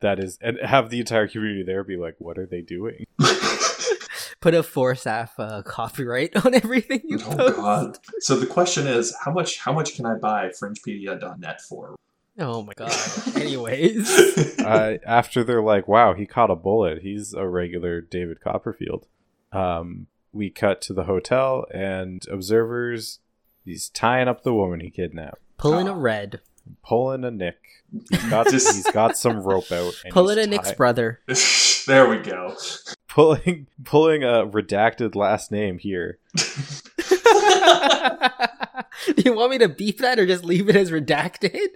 Speaker 1: That is, and have the entire community there be like, what are they doing?
Speaker 2: Put a Forsaf uh, copyright on everything you
Speaker 3: Oh
Speaker 2: post.
Speaker 3: god. So the question is, how much how much can I buy fringepedia.net for?
Speaker 2: Oh my god. Anyways,
Speaker 1: uh, after they're like, wow, he caught a bullet. He's a regular David Copperfield. Um, we cut to the hotel and observers. He's tying up the woman he kidnapped,
Speaker 2: pulling a red,
Speaker 1: pulling a nick. He's got,
Speaker 3: Just-
Speaker 1: he's got some rope out. and
Speaker 2: pulling
Speaker 1: he's
Speaker 2: a Nick's
Speaker 1: tie-
Speaker 2: brother.
Speaker 3: there we go.
Speaker 1: pulling pulling a redacted last name here.
Speaker 2: Do you want me to beep that or just leave it as redacted?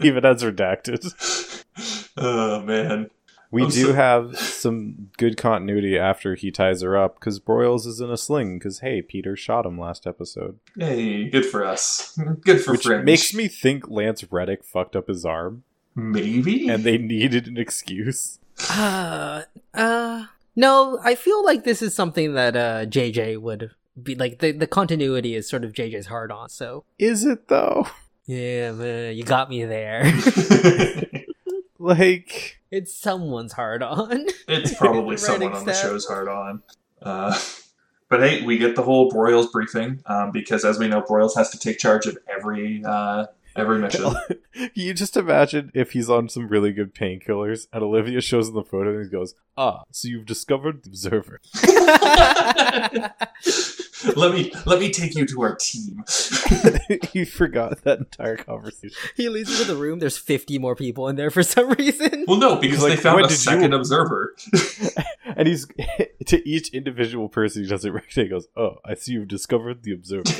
Speaker 1: Leave it as redacted.
Speaker 3: oh man.
Speaker 1: We
Speaker 3: I'm
Speaker 1: do
Speaker 3: so-
Speaker 1: have some good continuity after he ties her up because Broyles is in a sling because hey, Peter shot him last episode,
Speaker 3: Hey, good for us. Good for
Speaker 1: which
Speaker 3: Fringe.
Speaker 1: makes me think Lance Reddick fucked up his arm
Speaker 3: maybe.
Speaker 1: and they needed an excuse.
Speaker 2: Uh, uh, no, I feel like this is something that uh JJ would be like the the continuity is sort of JJ's hard on. So
Speaker 1: Is it though?
Speaker 2: yeah, man, you got me there.
Speaker 1: Like,
Speaker 2: it's someone's hard on.
Speaker 3: it's probably
Speaker 2: Right,
Speaker 3: someone on the
Speaker 2: except-
Speaker 3: show's hard on. Uh, but hey, we get the whole Broyles briefing um, because, as we know, Broyles has to take charge of every uh, every mission.
Speaker 1: Can you just imagine if he's on some really good painkillers and Olivia shows him the photo and he goes, Ah, so you've discovered the observer.
Speaker 3: let me let me take you to our team.
Speaker 1: you forgot that entire conversation.
Speaker 2: He leads you to the room. There's 50 more people in there for some reason.
Speaker 3: Well, no, because
Speaker 1: like,
Speaker 3: they found
Speaker 1: "When
Speaker 3: a
Speaker 1: did you-"
Speaker 3: second observer.
Speaker 1: And he's to each individual person he doesn't recognize, he goes, Oh, I see you've discovered the observer.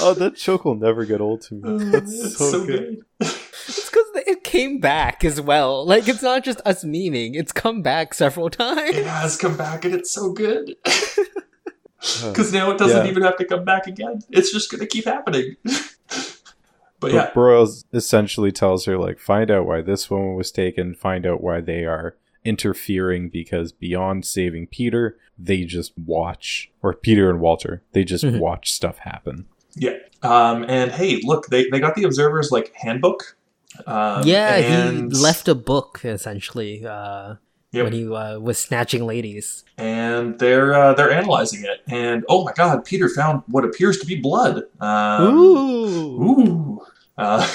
Speaker 1: oh, that joke will never get old to me. That's
Speaker 3: Oh, It's
Speaker 1: so, good.
Speaker 2: It's because it came back as well. Like, it's not just us memeing, it's come back several
Speaker 3: It
Speaker 2: times.
Speaker 3: has come back, and it's so good.
Speaker 1: Uh,
Speaker 3: Because now it doesn't
Speaker 1: Yeah.
Speaker 3: even have to come back again. It's just going to keep happening. but yeah,
Speaker 1: But Broyles essentially tells her, like, find out why this woman was taken, find out why they are interfering, because beyond saving Peter, they just watch, or Peter and Walter, they just
Speaker 3: Mm-hmm.
Speaker 2: Mhm.
Speaker 1: watch stuff happen.
Speaker 3: um, and hey, look, they, they got the observers like handbook. Um,
Speaker 2: yeah,
Speaker 3: and,
Speaker 2: he left a book, essentially, uh,
Speaker 3: Yep.
Speaker 2: when he uh, was snatching ladies.
Speaker 3: and they're uh, they're analyzing it. And oh my God, Peter found what appears to be blood. Um,
Speaker 2: Ooh!
Speaker 3: ooh. Uh,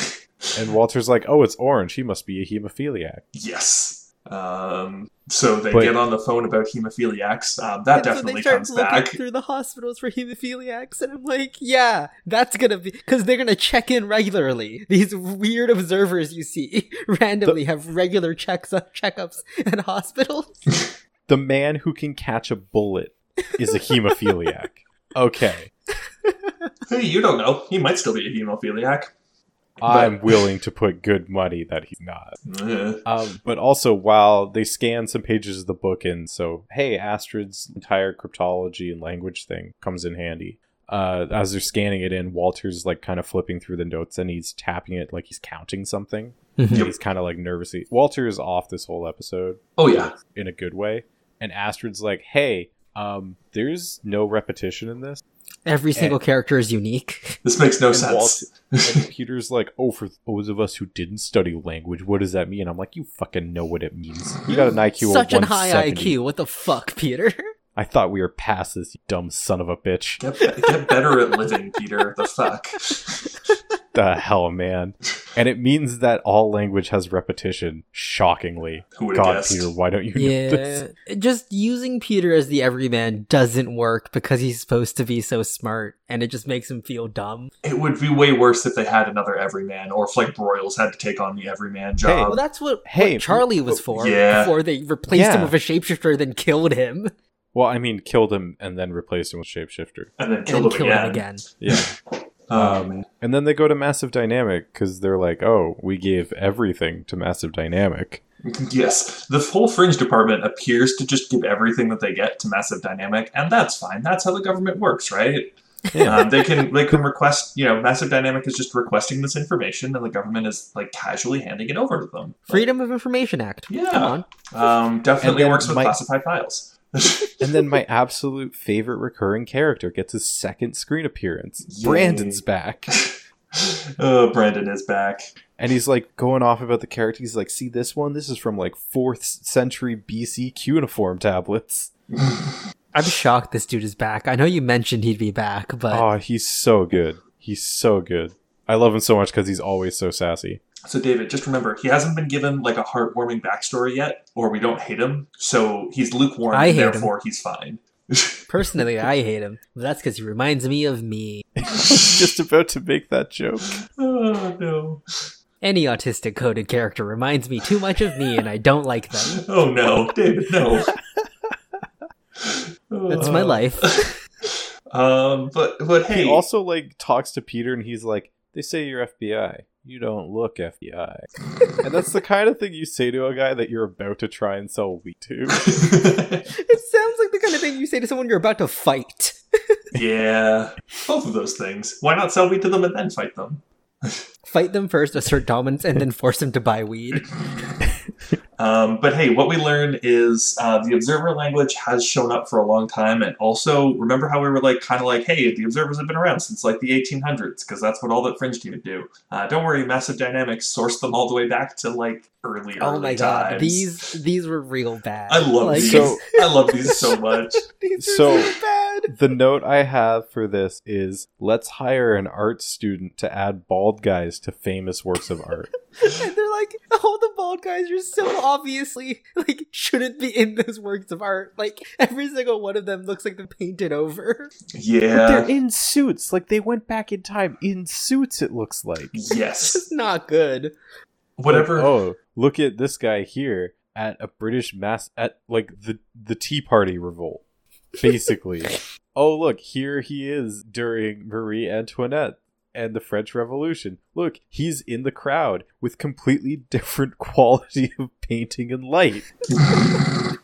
Speaker 1: And Walter's like, oh, it's orange. He must be a hemophiliac.
Speaker 3: yes. Um, so they
Speaker 1: But-
Speaker 3: get on the phone about hemophiliacs. Um, that definitely comes back.
Speaker 2: through the hospitals for hemophiliacs, and I'm like, yeah, that's gonna be because they're gonna check in regularly. These weird observers you see randomly have regular checks uh, checkups at hospitals.
Speaker 1: The man who can catch a bullet is a hemophiliac. okay.
Speaker 3: Hey, you don't know. He might still be a hemophiliac.
Speaker 1: I'm willing to put good money that he's not.
Speaker 3: Eh.
Speaker 1: Um, but also, while they scan some pages of the book, and so hey, Astrid's entire cryptology and language thing comes in handy. Uh, as they're scanning it in, Walter's like kind of flipping through the notes and he's tapping it like he's counting something. And
Speaker 3: Yep.
Speaker 1: he's kind of like nervously. Walter is off this whole episode
Speaker 3: Oh yeah.
Speaker 1: in a good way, and Astrid's like, "Hey, um, there's no repetition in this."
Speaker 2: Every single character is unique.
Speaker 3: This makes no
Speaker 1: And
Speaker 3: sense.
Speaker 1: And Peter's like, "Oh, for those of us who didn't study language, what does that mean?" I'm like, "You fucking know what it means. You got an IQ
Speaker 2: Such
Speaker 1: of
Speaker 2: an high
Speaker 1: 170.
Speaker 2: IQ. What the fuck, Peter?
Speaker 1: I thought we were past this, you dumb son of a bitch.
Speaker 3: Get, be- get better at living, Peter. The fuck.
Speaker 1: The hell, man. And it means that all language has repetition. Shockingly.
Speaker 3: Who would have
Speaker 1: God,
Speaker 3: guessed?
Speaker 1: Peter, why don't you know this?
Speaker 2: yeah, just using Peter as the everyman doesn't work because he's supposed to be so smart, and it just makes him feel dumb.
Speaker 3: It would be way worse if they had another everyman, or if like Broyles had to take on the everyman
Speaker 2: Well,
Speaker 3: job.
Speaker 2: that's what,
Speaker 1: Hey,
Speaker 2: what Charlie was for
Speaker 3: oh, yeah.
Speaker 2: before they replaced him
Speaker 1: Yeah.
Speaker 2: with a shapeshifter, then killed him,
Speaker 1: Well, I mean, killed him and then replaced him with shapeshifter.
Speaker 3: and
Speaker 2: and
Speaker 3: then
Speaker 2: then
Speaker 3: killed him
Speaker 2: killed him
Speaker 3: again.
Speaker 2: again.
Speaker 1: Yeah.
Speaker 3: Um,
Speaker 1: Um, and then they go to Massive Dynamic because they're like, oh, we gave everything to Massive Dynamic.
Speaker 3: yes, the whole fringe department appears to just give everything that they get to Massive Dynamic, and that's fine. That's how the government works, right?
Speaker 1: Yeah.
Speaker 3: Um, they can they can request. You know, Massive Dynamic is just requesting this information, and the government is like casually handing it over to them.
Speaker 2: Freedom of Information Act.
Speaker 3: Yeah.
Speaker 2: Come on.
Speaker 3: Um, definitely
Speaker 1: then
Speaker 3: works with
Speaker 1: my-
Speaker 3: classified files.
Speaker 1: and then my absolute favorite recurring character gets his second screen appearance.
Speaker 3: Yay.
Speaker 1: Brandon's back.
Speaker 3: oh, Brandon is back.
Speaker 1: And he's like going off about the character. He's like, see this one? This is from like 4th century BC cuneiform tablets.
Speaker 2: I'm shocked this dude is back. I know you mentioned he'd be back, but
Speaker 1: Oh, he's so good. He's so good. I love him so much because he's always so sassy.
Speaker 3: So David, just remember, he hasn't been given like a heartwarming backstory yet, or we don't hate him. So he's lukewarm,
Speaker 2: I hate him.
Speaker 3: therefore he's fine.
Speaker 2: personally, I hate him. But that's because he reminds me of me.
Speaker 1: Just about to make that joke.
Speaker 3: Oh no!
Speaker 2: Any autistic coded character reminds me too much of me, and I don't like them.
Speaker 3: Oh no, David, no.
Speaker 2: That's
Speaker 3: Uh.
Speaker 2: my life.
Speaker 3: Um, but but hey,
Speaker 1: He also like talks to Peter and he's like, they say you're FBI. You don't look FBI. and that's the kind of thing you say to a guy that you're about to try and sell wheat to.
Speaker 2: it sounds like the kind of thing you say to someone you're about to fight.
Speaker 3: yeah, both of those things. Why not sell weed to them and then fight them?
Speaker 2: Fight them first, assert dominance, and then force them to buy weed.
Speaker 3: Um, but hey, what we learn is uh, the observer language has shown up for a long time, and also remember how we were like kind of like, hey, the observers have been around since like the 1800s because that's what all that fringe team would do. Uh, don't worry, Massive Dynamics sourced them all the way back to like early.
Speaker 2: Oh
Speaker 3: early
Speaker 2: my god,
Speaker 3: times.
Speaker 2: these these were real bad.
Speaker 3: I love
Speaker 2: Like,
Speaker 3: these.
Speaker 1: So-
Speaker 3: I love these so much.
Speaker 2: these were
Speaker 1: so-
Speaker 2: so bad. good.
Speaker 1: The note I have for this is let's hire an art student to add bald guys to famous works of art.
Speaker 2: And they're like, all the bald guys are so obviously like shouldn't be in those works of art. Like every single one of them looks like they're painted over.
Speaker 1: They're
Speaker 3: Yeah.
Speaker 1: in suits. Like they went back in time in suits, it looks like.
Speaker 3: Yes.
Speaker 2: It's not good.
Speaker 3: Whatever.
Speaker 1: Like, oh, look at this guy here at a British mass at like the the Tea Party revolt, basically. oh, look, here he is during Marie Antoinette and the French Revolution. Look, he's in the crowd with completely different quality of painting and light.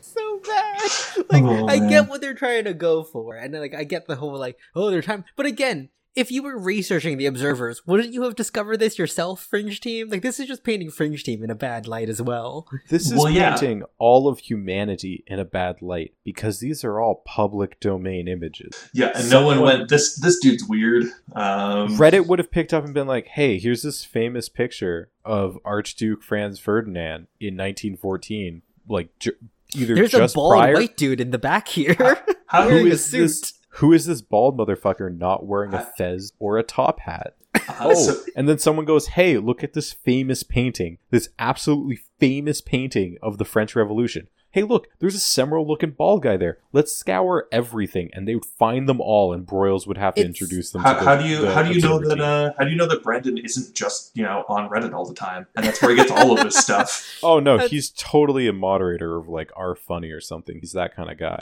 Speaker 2: so bad. Like
Speaker 3: Oh,
Speaker 2: I
Speaker 3: man.
Speaker 2: get what they're trying to go for, and like I get the whole like oh they're trying. But again, if you were researching the observers, wouldn't you have discovered this yourself, Fringe Team? Like this is just painting Fringe Team in a bad light as well.
Speaker 1: This is
Speaker 3: Well, yeah.
Speaker 1: painting all of humanity in a bad light because these are all public domain images.
Speaker 3: yeah, and no one
Speaker 1: someone-
Speaker 3: went. This this dude's weird. Um,
Speaker 1: Reddit would have picked up and been like, "Hey, here's this famous picture of Archduke Franz Ferdinand in 1914, like ju- either
Speaker 2: There's a
Speaker 1: just
Speaker 2: bald
Speaker 1: prior.
Speaker 2: white dude in the back here.
Speaker 3: How
Speaker 1: who
Speaker 3: do
Speaker 2: wearing a
Speaker 1: is this?
Speaker 2: suit.
Speaker 1: Who is this bald motherfucker not wearing a
Speaker 3: I-
Speaker 1: fez or a top hat?
Speaker 3: uh, so-
Speaker 1: Oh, and then someone goes, "Hey, look at this famous painting, this absolutely famous painting of the French Revolution." Hey, look, there's a Semeril-looking bald guy there. Let's scour everything, and they would find them all, and Broyles would have to
Speaker 2: It's-
Speaker 1: introduce them.
Speaker 3: How,
Speaker 1: to the,
Speaker 3: how do you
Speaker 1: the
Speaker 3: how do you know
Speaker 1: observer
Speaker 3: that
Speaker 1: team.
Speaker 3: uh, how do you know that Brendan isn't just you know on Reddit all the time and that's where he gets all of his stuff?
Speaker 1: Oh no,
Speaker 2: That's-
Speaker 1: he's totally a moderator of like R funny or something. He's that kind of guy.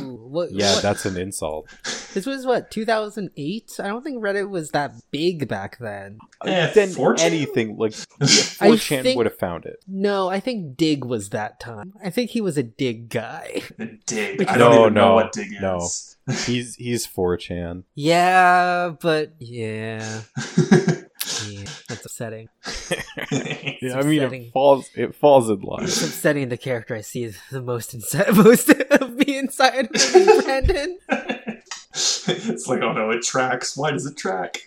Speaker 2: Ooh, what,
Speaker 1: Yeah,
Speaker 2: what-
Speaker 1: that's an insult.
Speaker 2: this was what 2008. I don't think Reddit was that big back then.
Speaker 3: Eh,
Speaker 1: then
Speaker 3: 4chan?
Speaker 1: anything like
Speaker 2: I
Speaker 1: 4chan
Speaker 2: think-
Speaker 1: would have found it.
Speaker 2: No, I think Dig was that time. I think he was a Dig guy.
Speaker 3: Dig. I
Speaker 1: No,
Speaker 3: don't even know
Speaker 1: no,
Speaker 3: what Dig
Speaker 1: no.
Speaker 3: is.
Speaker 1: He's he's 4chan.
Speaker 2: Yeah, but yeah. Yeah, that's upsetting.
Speaker 1: Yeah, I mean,
Speaker 2: upsetting.
Speaker 1: it falls it falls in line.
Speaker 2: It's upsetting the character I see is the most inside, most of me inside of me, Brandon.
Speaker 3: it's like oh no, it tracks. Why does it track?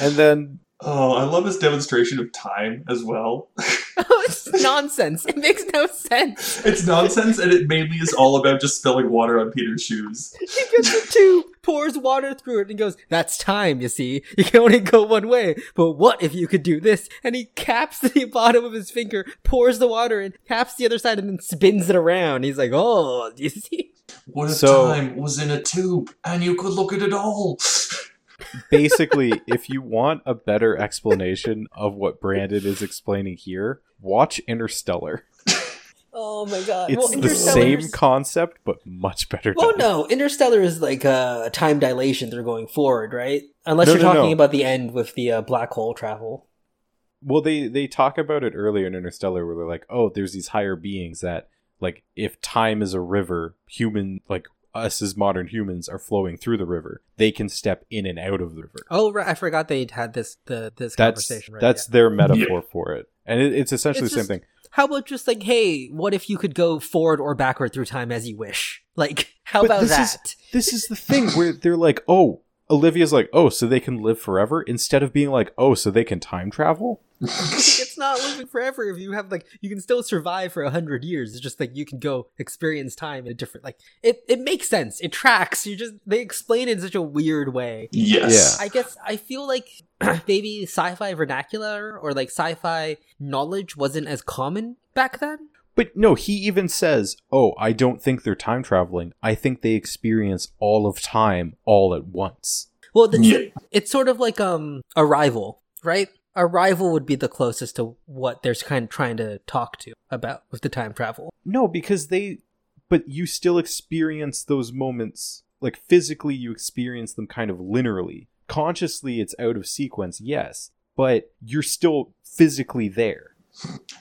Speaker 1: And then
Speaker 3: Oh, I love his demonstration of time as well.
Speaker 2: Oh, it's nonsense. It makes no sense.
Speaker 3: It's nonsense, and it mainly is all about just spilling water on Peter's shoes.
Speaker 2: He gets a tube, pours water through it, and goes, That's time, you see. You can only go one way. But what if you could do this? And he caps the bottom of his finger, pours the water in, caps the other side, and then spins it around. He's like, Oh, do you see?
Speaker 3: What if
Speaker 1: So-
Speaker 3: time was in a tube and you could look at it all?
Speaker 1: basically, if you want a better explanation of what Brandon is explaining here, watch Interstellar.
Speaker 2: Oh my god.
Speaker 1: It's
Speaker 2: Well,
Speaker 1: the same
Speaker 2: Interstellar's-
Speaker 1: concept but much better
Speaker 2: Well,
Speaker 1: done.
Speaker 2: no, Interstellar is like a time dilation. They're going forward, right? Unless
Speaker 1: No,
Speaker 2: you're
Speaker 1: no,
Speaker 2: talking
Speaker 1: no.
Speaker 2: about the end with the uh, black hole travel.
Speaker 1: Well, they they talk about it earlier in Interstellar, where they're like, "Oh, there's these higher beings that, like, if time is a river, human like us as modern humans are flowing through the river. They can step in and out of the river.
Speaker 2: Oh, right. I forgot they had this the this
Speaker 1: that's
Speaker 2: conversation. Right?
Speaker 1: that's their metaphor for it, and it, it's essentially
Speaker 2: It's
Speaker 1: the
Speaker 2: just-
Speaker 1: same thing.
Speaker 2: Yeah. how about just like, hey, what if you could go forward or backward through time as you wish? Like, how
Speaker 1: But
Speaker 2: about
Speaker 1: this
Speaker 2: that?
Speaker 1: is- This is the thing where they're like, "Oh." Olivia's like, oh, so they can live forever, instead of being like, oh, so they can time travel?
Speaker 2: it's not living forever if you have like you can still survive for a hundred years. It's just like you can go experience time in a different like it. It makes sense. It tracks. You just they explain it in such a weird way.
Speaker 3: yes.
Speaker 2: I guess I feel like maybe sci-fi vernacular or like sci-fi knowledge wasn't as common back then.
Speaker 1: But no, he even says, oh, I don't think they're time traveling. I think they experience all of time all at once.
Speaker 2: Well, th-
Speaker 3: Yeah.
Speaker 2: it's sort of like um Arrival, right? Arrival would be the closest to what they're kind of trying to talk to about with the time travel.
Speaker 1: No, because they but you still experience those moments like physically you experience them kind of linearly. Consciously it's out of sequence, yes, but you're still physically there.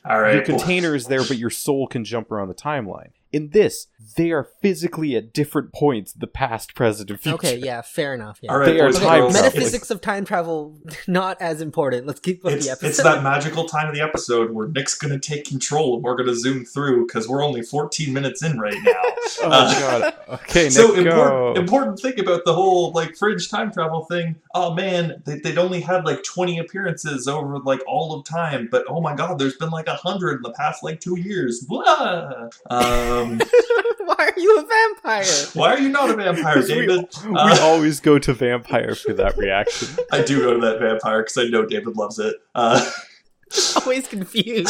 Speaker 3: All right.
Speaker 1: Your container is there but your soul can jump around the timeline. In this, they are physically at different points, the past, present, and future.
Speaker 2: Okay, yeah, fair enough. Yeah.
Speaker 3: All right,
Speaker 1: They are
Speaker 3: boys and
Speaker 1: time
Speaker 2: Okay,
Speaker 3: girls,
Speaker 1: travel.
Speaker 2: metaphysics of time travel not as important. Let's keep with
Speaker 3: It's,
Speaker 2: the
Speaker 3: it's,
Speaker 2: episode.
Speaker 3: it's that magical time of the episode where Nick's going to take control and we're going to zoom through because we're only 14 minutes in right now.
Speaker 1: Oh
Speaker 3: Uh,
Speaker 1: god. Okay, Nick,
Speaker 3: so
Speaker 1: go.
Speaker 3: important, important thing about the whole like fringe time travel thing. Oh man, they, they'd only had like 20 appearances over like all of time, but oh my god, there's been like a hundred in the past like two years. Blah. Um, Um,
Speaker 2: Why are you a vampire?
Speaker 3: why are you not a vampire,
Speaker 1: 'Cause we-
Speaker 3: David?
Speaker 1: We
Speaker 3: Uh,
Speaker 1: always go to vampire for that reaction.
Speaker 3: I do go to that vampire because I know David loves it. Uh,
Speaker 2: Always confused.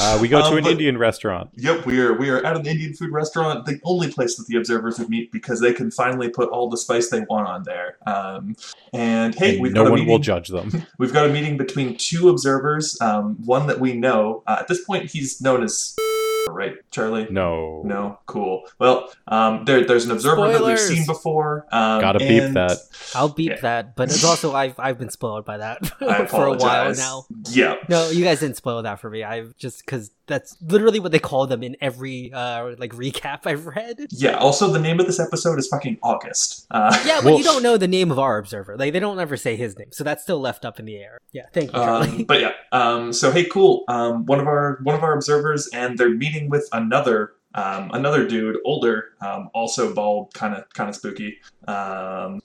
Speaker 1: Uh, we go
Speaker 3: Um,
Speaker 1: to an
Speaker 3: but-
Speaker 1: Indian restaurant.
Speaker 3: Yep, we are we are at an Indian food restaurant, the only place that the observers would meet because they can finally put all the spice they want on there. Um, and hey,
Speaker 1: and
Speaker 3: we've
Speaker 1: no
Speaker 3: got a
Speaker 1: one
Speaker 3: meeting.
Speaker 1: will judge them.
Speaker 3: We've got a meeting between two observers. Um, one that we know uh, at this point, he's known as right, Charlie.
Speaker 1: No.
Speaker 3: No, cool. Well, um, there, there's an observer that we've
Speaker 2: Spoilers.
Speaker 3: seen before. Um,
Speaker 1: Gotta beep
Speaker 3: and-
Speaker 1: that.
Speaker 2: I'll beep
Speaker 3: Yeah.
Speaker 2: that, but it's also I've I've been spoiled by that
Speaker 3: I
Speaker 2: for a while
Speaker 3: apologize.
Speaker 2: now.
Speaker 3: Yeah,
Speaker 2: No, you guys didn't spoil that for me. I've just because that's literally what they call them in every uh like recap I've read.
Speaker 3: yeah. Also, the name of this episode is fucking August. Uh,
Speaker 2: Yeah, but
Speaker 1: Well-
Speaker 2: you don't know the name of our observer. Like they don't ever say his name, so that's still left up in the air. Yeah, thank you, Charlie.
Speaker 3: Um, but yeah, um, so hey, cool. Um, one of our one of our observers, and they're meeting with another um, another dude, older, um, also bald, kind of kind of spooky. Um,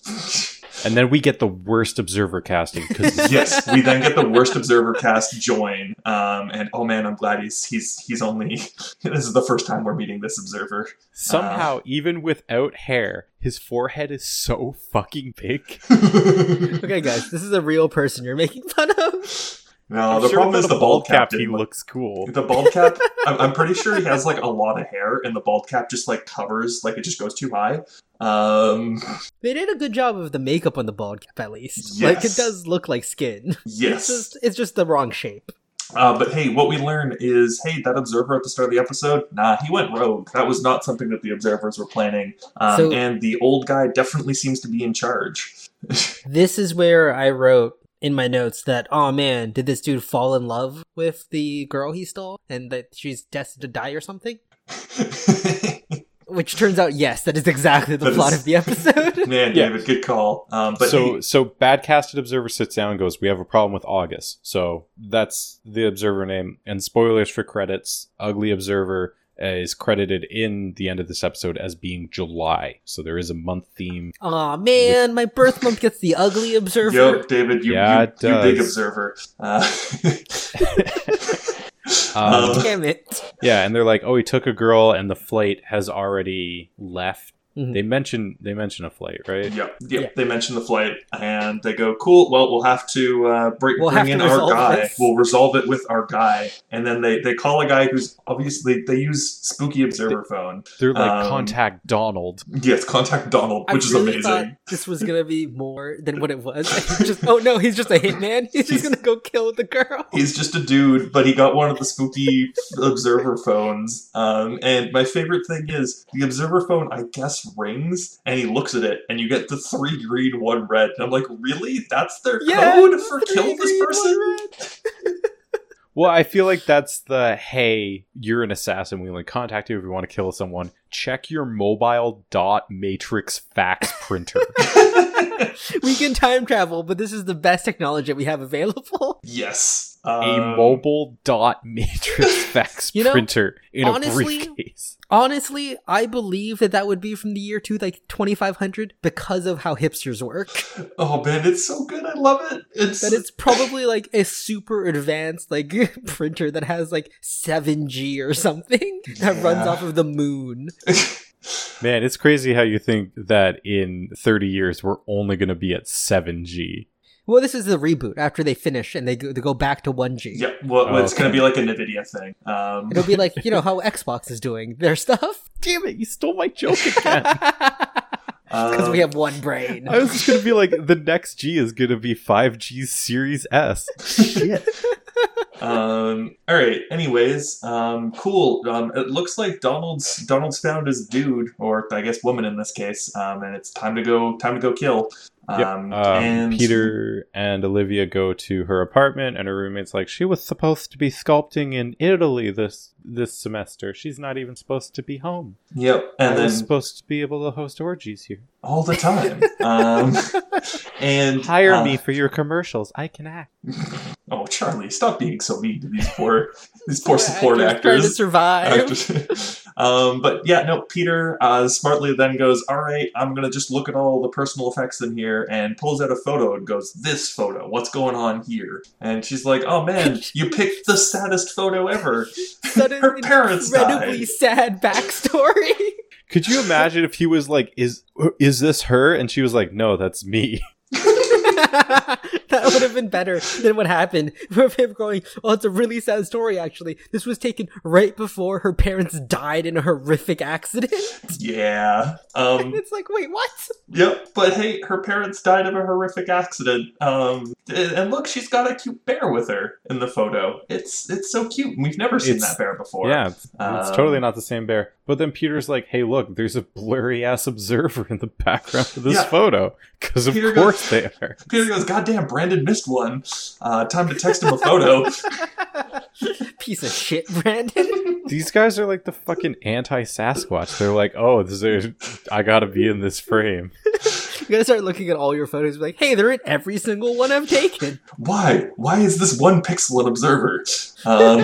Speaker 1: And then we get the worst observer casting because
Speaker 3: yes, we then get the worst observer cast join, um, and oh man, I'm glad he's he's he's only. this is the first time we're meeting this observer.
Speaker 1: somehow, even without hair, his forehead is so fucking big.
Speaker 2: okay, guys, this is a real person you're making fun of.
Speaker 3: no,
Speaker 1: I'm
Speaker 3: Uh, the
Speaker 1: sure
Speaker 3: problem
Speaker 1: without
Speaker 3: is
Speaker 1: a
Speaker 3: the bald cap.
Speaker 1: he
Speaker 3: didn't look-
Speaker 1: looks cool.
Speaker 3: The bald cap. I'm, I'm pretty sure he has like a lot of hair, and the bald cap just like covers, like it just goes too high. Um,
Speaker 2: They did a good job of the makeup on the bald cap, at least. Like
Speaker 3: Yes.
Speaker 2: it does look like skin. It's
Speaker 3: yes.
Speaker 2: just it's just the wrong shape.
Speaker 3: Uh, but hey, what we learn is, hey, that observer at the start of the episode, nah, he went rogue. That was not something that the observers were planning. Um,
Speaker 2: So-
Speaker 3: and the old guy definitely seems to be in charge.
Speaker 2: This is where I wrote in my notes that, oh man, did this dude fall in love with the girl he stole and that she's destined to die or something? Which turns out, yes, that is exactly the
Speaker 3: That
Speaker 2: plot
Speaker 3: is-
Speaker 2: of the episode.
Speaker 3: Man,
Speaker 1: Yeah.
Speaker 3: David, good call. Um, but
Speaker 1: so
Speaker 3: hey,
Speaker 1: so bad casted observer sits down and goes, "We have a problem with August." So that's the observer name. And spoilers for credits: Ugly Observer uh, is credited in the end of this episode as being July. So there is a month theme.
Speaker 2: Aw man, my birth month gets the ugly observer.
Speaker 3: yo, David, you,
Speaker 1: Yeah,
Speaker 3: you,
Speaker 1: it
Speaker 3: you big
Speaker 1: does.
Speaker 3: observer. Uh,
Speaker 1: Um,
Speaker 3: um,
Speaker 2: Damn it.
Speaker 1: Yeah, and they're like, "Oh, he took a girl, and the flight has already left."
Speaker 2: Mhm.
Speaker 1: They mention they mention a flight, right?
Speaker 3: Yep, yep.
Speaker 2: Yeah.
Speaker 3: They mention the flight, and they go, "Cool. Well, we'll have to uh, bring,
Speaker 2: We'll
Speaker 3: bring
Speaker 2: have
Speaker 3: in
Speaker 2: to
Speaker 3: our
Speaker 2: resolve
Speaker 3: guy.
Speaker 2: this."
Speaker 3: We'll resolve it with our guy." And then they they call a guy who's obviously they use spooky observer phone.
Speaker 1: They're like,
Speaker 3: Um,
Speaker 1: "Contact Donald."
Speaker 3: Yes, contact Donald, which
Speaker 2: I
Speaker 3: is
Speaker 2: really thought
Speaker 3: amazing.
Speaker 2: this was gonna be more than what it was. just oh no, he's just a hitman. He's just gonna go kill the girl.
Speaker 3: He's just a dude, but he got one of the spooky observer phones. Um, and my favorite thing is the observer phone, I guess, rings, and he looks at it, and you get the three green, one red. And I'm like, really? That's their
Speaker 2: Yeah,
Speaker 3: code for
Speaker 2: three
Speaker 3: kill this
Speaker 2: green, one
Speaker 3: person?
Speaker 1: Well, I feel like that's the hey, you're an assassin. We only contact you if we want to kill someone. Check your mobile dot matrix fax printer.
Speaker 2: We can time travel, but this is the best technology we have available.
Speaker 3: Yes.
Speaker 1: a
Speaker 3: Um,
Speaker 1: mobile dot matrix fax
Speaker 2: You know,
Speaker 1: printer in
Speaker 2: honestly-
Speaker 1: a briefcase.
Speaker 2: Honestly, I believe that that would be from the year two, like 2500, because of how hipsters work.
Speaker 3: Oh man, it's so good. I love it. It's
Speaker 2: That it's probably like a super advanced like printer that has like 7G or something that runs
Speaker 3: Yeah.
Speaker 2: off of the moon.
Speaker 1: Man, it's crazy how you think that in 30 years we're only going to be at 7G.
Speaker 2: Well, this is the reboot after they finish and they go, they go back to 1G.
Speaker 3: yeah. Well,
Speaker 1: Oh,
Speaker 3: it's gonna
Speaker 1: okay.
Speaker 3: be like a Nvidia thing. Um,
Speaker 2: It'll be like, you know, how Xbox is doing their stuff.
Speaker 1: Damn it, you stole my joke again.
Speaker 2: Because
Speaker 3: um,
Speaker 2: we have one brain.
Speaker 3: Oh,
Speaker 1: I was just going to be like, the next G is going to be 5G Series S. Shit.
Speaker 3: um, all right. Anyways, um, cool. Um, it looks like Donald's Donald's found his dude, or I guess woman in this case. Um, and it's time to go. Time to go kill.
Speaker 1: Yep.
Speaker 3: Um,
Speaker 1: Um,
Speaker 3: and
Speaker 1: Peter and Olivia go to her apartment, and her roommate's like, "She was supposed to be sculpting in Italy this this semester. She's not even supposed to be home.
Speaker 3: Yep. And
Speaker 1: I
Speaker 3: then
Speaker 1: was supposed to be able to host orgies here.
Speaker 3: all the time. um, and
Speaker 1: Hire
Speaker 3: uh,
Speaker 1: me for your commercials. I can act."
Speaker 3: Oh, Charlie, stop being so mean to these poor these poor
Speaker 2: Yeah,
Speaker 3: support
Speaker 2: actors trying to
Speaker 3: actors.
Speaker 2: survive.
Speaker 3: um, but yeah, no, Peter uh, smartly then goes, All right, I'm going to just look at all the personal effects in here here and pulls out a photo and goes, This photo, what's going on here? And she's like, Oh man, you picked the saddest photo ever.
Speaker 2: Sudden,
Speaker 3: Her parents
Speaker 2: incredibly
Speaker 3: died.
Speaker 2: sad backstory.
Speaker 1: Could you imagine if he was like, "Is is this her?" and she was like, "No, that's me."
Speaker 2: that would have been better than what happened. Of him going, "Oh, it's a really sad story. Actually, this was taken right before her parents died in a horrific accident."
Speaker 3: Yeah. Um,
Speaker 2: it's like, wait, what?
Speaker 3: Yep, but hey, her parents died of a horrific accident. Um, and and look, she's got a cute bear with her in the photo. It's it's so cute. We've never seen
Speaker 1: It's-
Speaker 3: that bear before.
Speaker 1: yeah, it's, it's
Speaker 3: Um,
Speaker 1: totally not the same bear. But then Peter's like, "Hey, look, there's a blurry ass observer in the background of this
Speaker 3: Yeah.
Speaker 1: photo because of
Speaker 3: Peter goes-
Speaker 1: course they are."
Speaker 3: Peter goes, "Goddamn, Brandon missed one. Uh, time to text him a photo."
Speaker 2: Piece of shit, Brandon.
Speaker 1: These guys are like the fucking anti Sasquatch. They're like, "Oh, this is, I gotta be in this frame."
Speaker 2: you gotta start looking at all your photos. and be Like, hey, they're in every single one I've taken.
Speaker 3: Why? Why is this one pixel an observer? Um,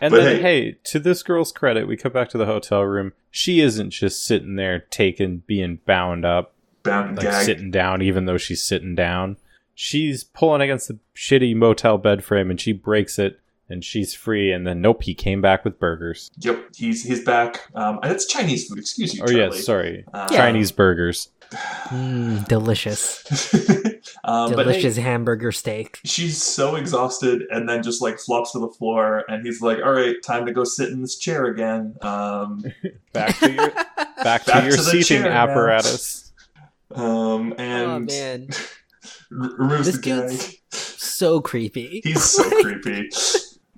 Speaker 1: And
Speaker 3: But
Speaker 1: then, hey. to this girl's credit, we come back to the hotel room. She isn't just sitting there taken, being bound up,
Speaker 3: bound and
Speaker 1: like
Speaker 3: gagged.
Speaker 1: sitting down, even though she's sitting down. She's pulling against the shitty motel bed frame and she breaks it and she's free. And then, nope, he came back with burgers.
Speaker 3: Yep, he's he's back. Um, and it's Chinese food. Excuse you,
Speaker 1: Or,
Speaker 3: Charlie.
Speaker 1: Oh, yes, sorry,
Speaker 3: Um,
Speaker 1: Chinese burgers.
Speaker 2: Mm, delicious,
Speaker 3: um, but hey,
Speaker 2: delicious hamburger steak.
Speaker 3: she's so exhausted and then just like flops to the floor and he's like all right time to go sit in this chair again um,
Speaker 1: Back to your, back to
Speaker 3: Back
Speaker 1: your
Speaker 3: to the
Speaker 1: seating
Speaker 3: chair now.
Speaker 1: apparatus.
Speaker 3: um
Speaker 2: oh
Speaker 3: and
Speaker 2: man,
Speaker 3: r- removes
Speaker 2: This
Speaker 3: the gag
Speaker 2: dude's- so creepy.
Speaker 3: he's so creepy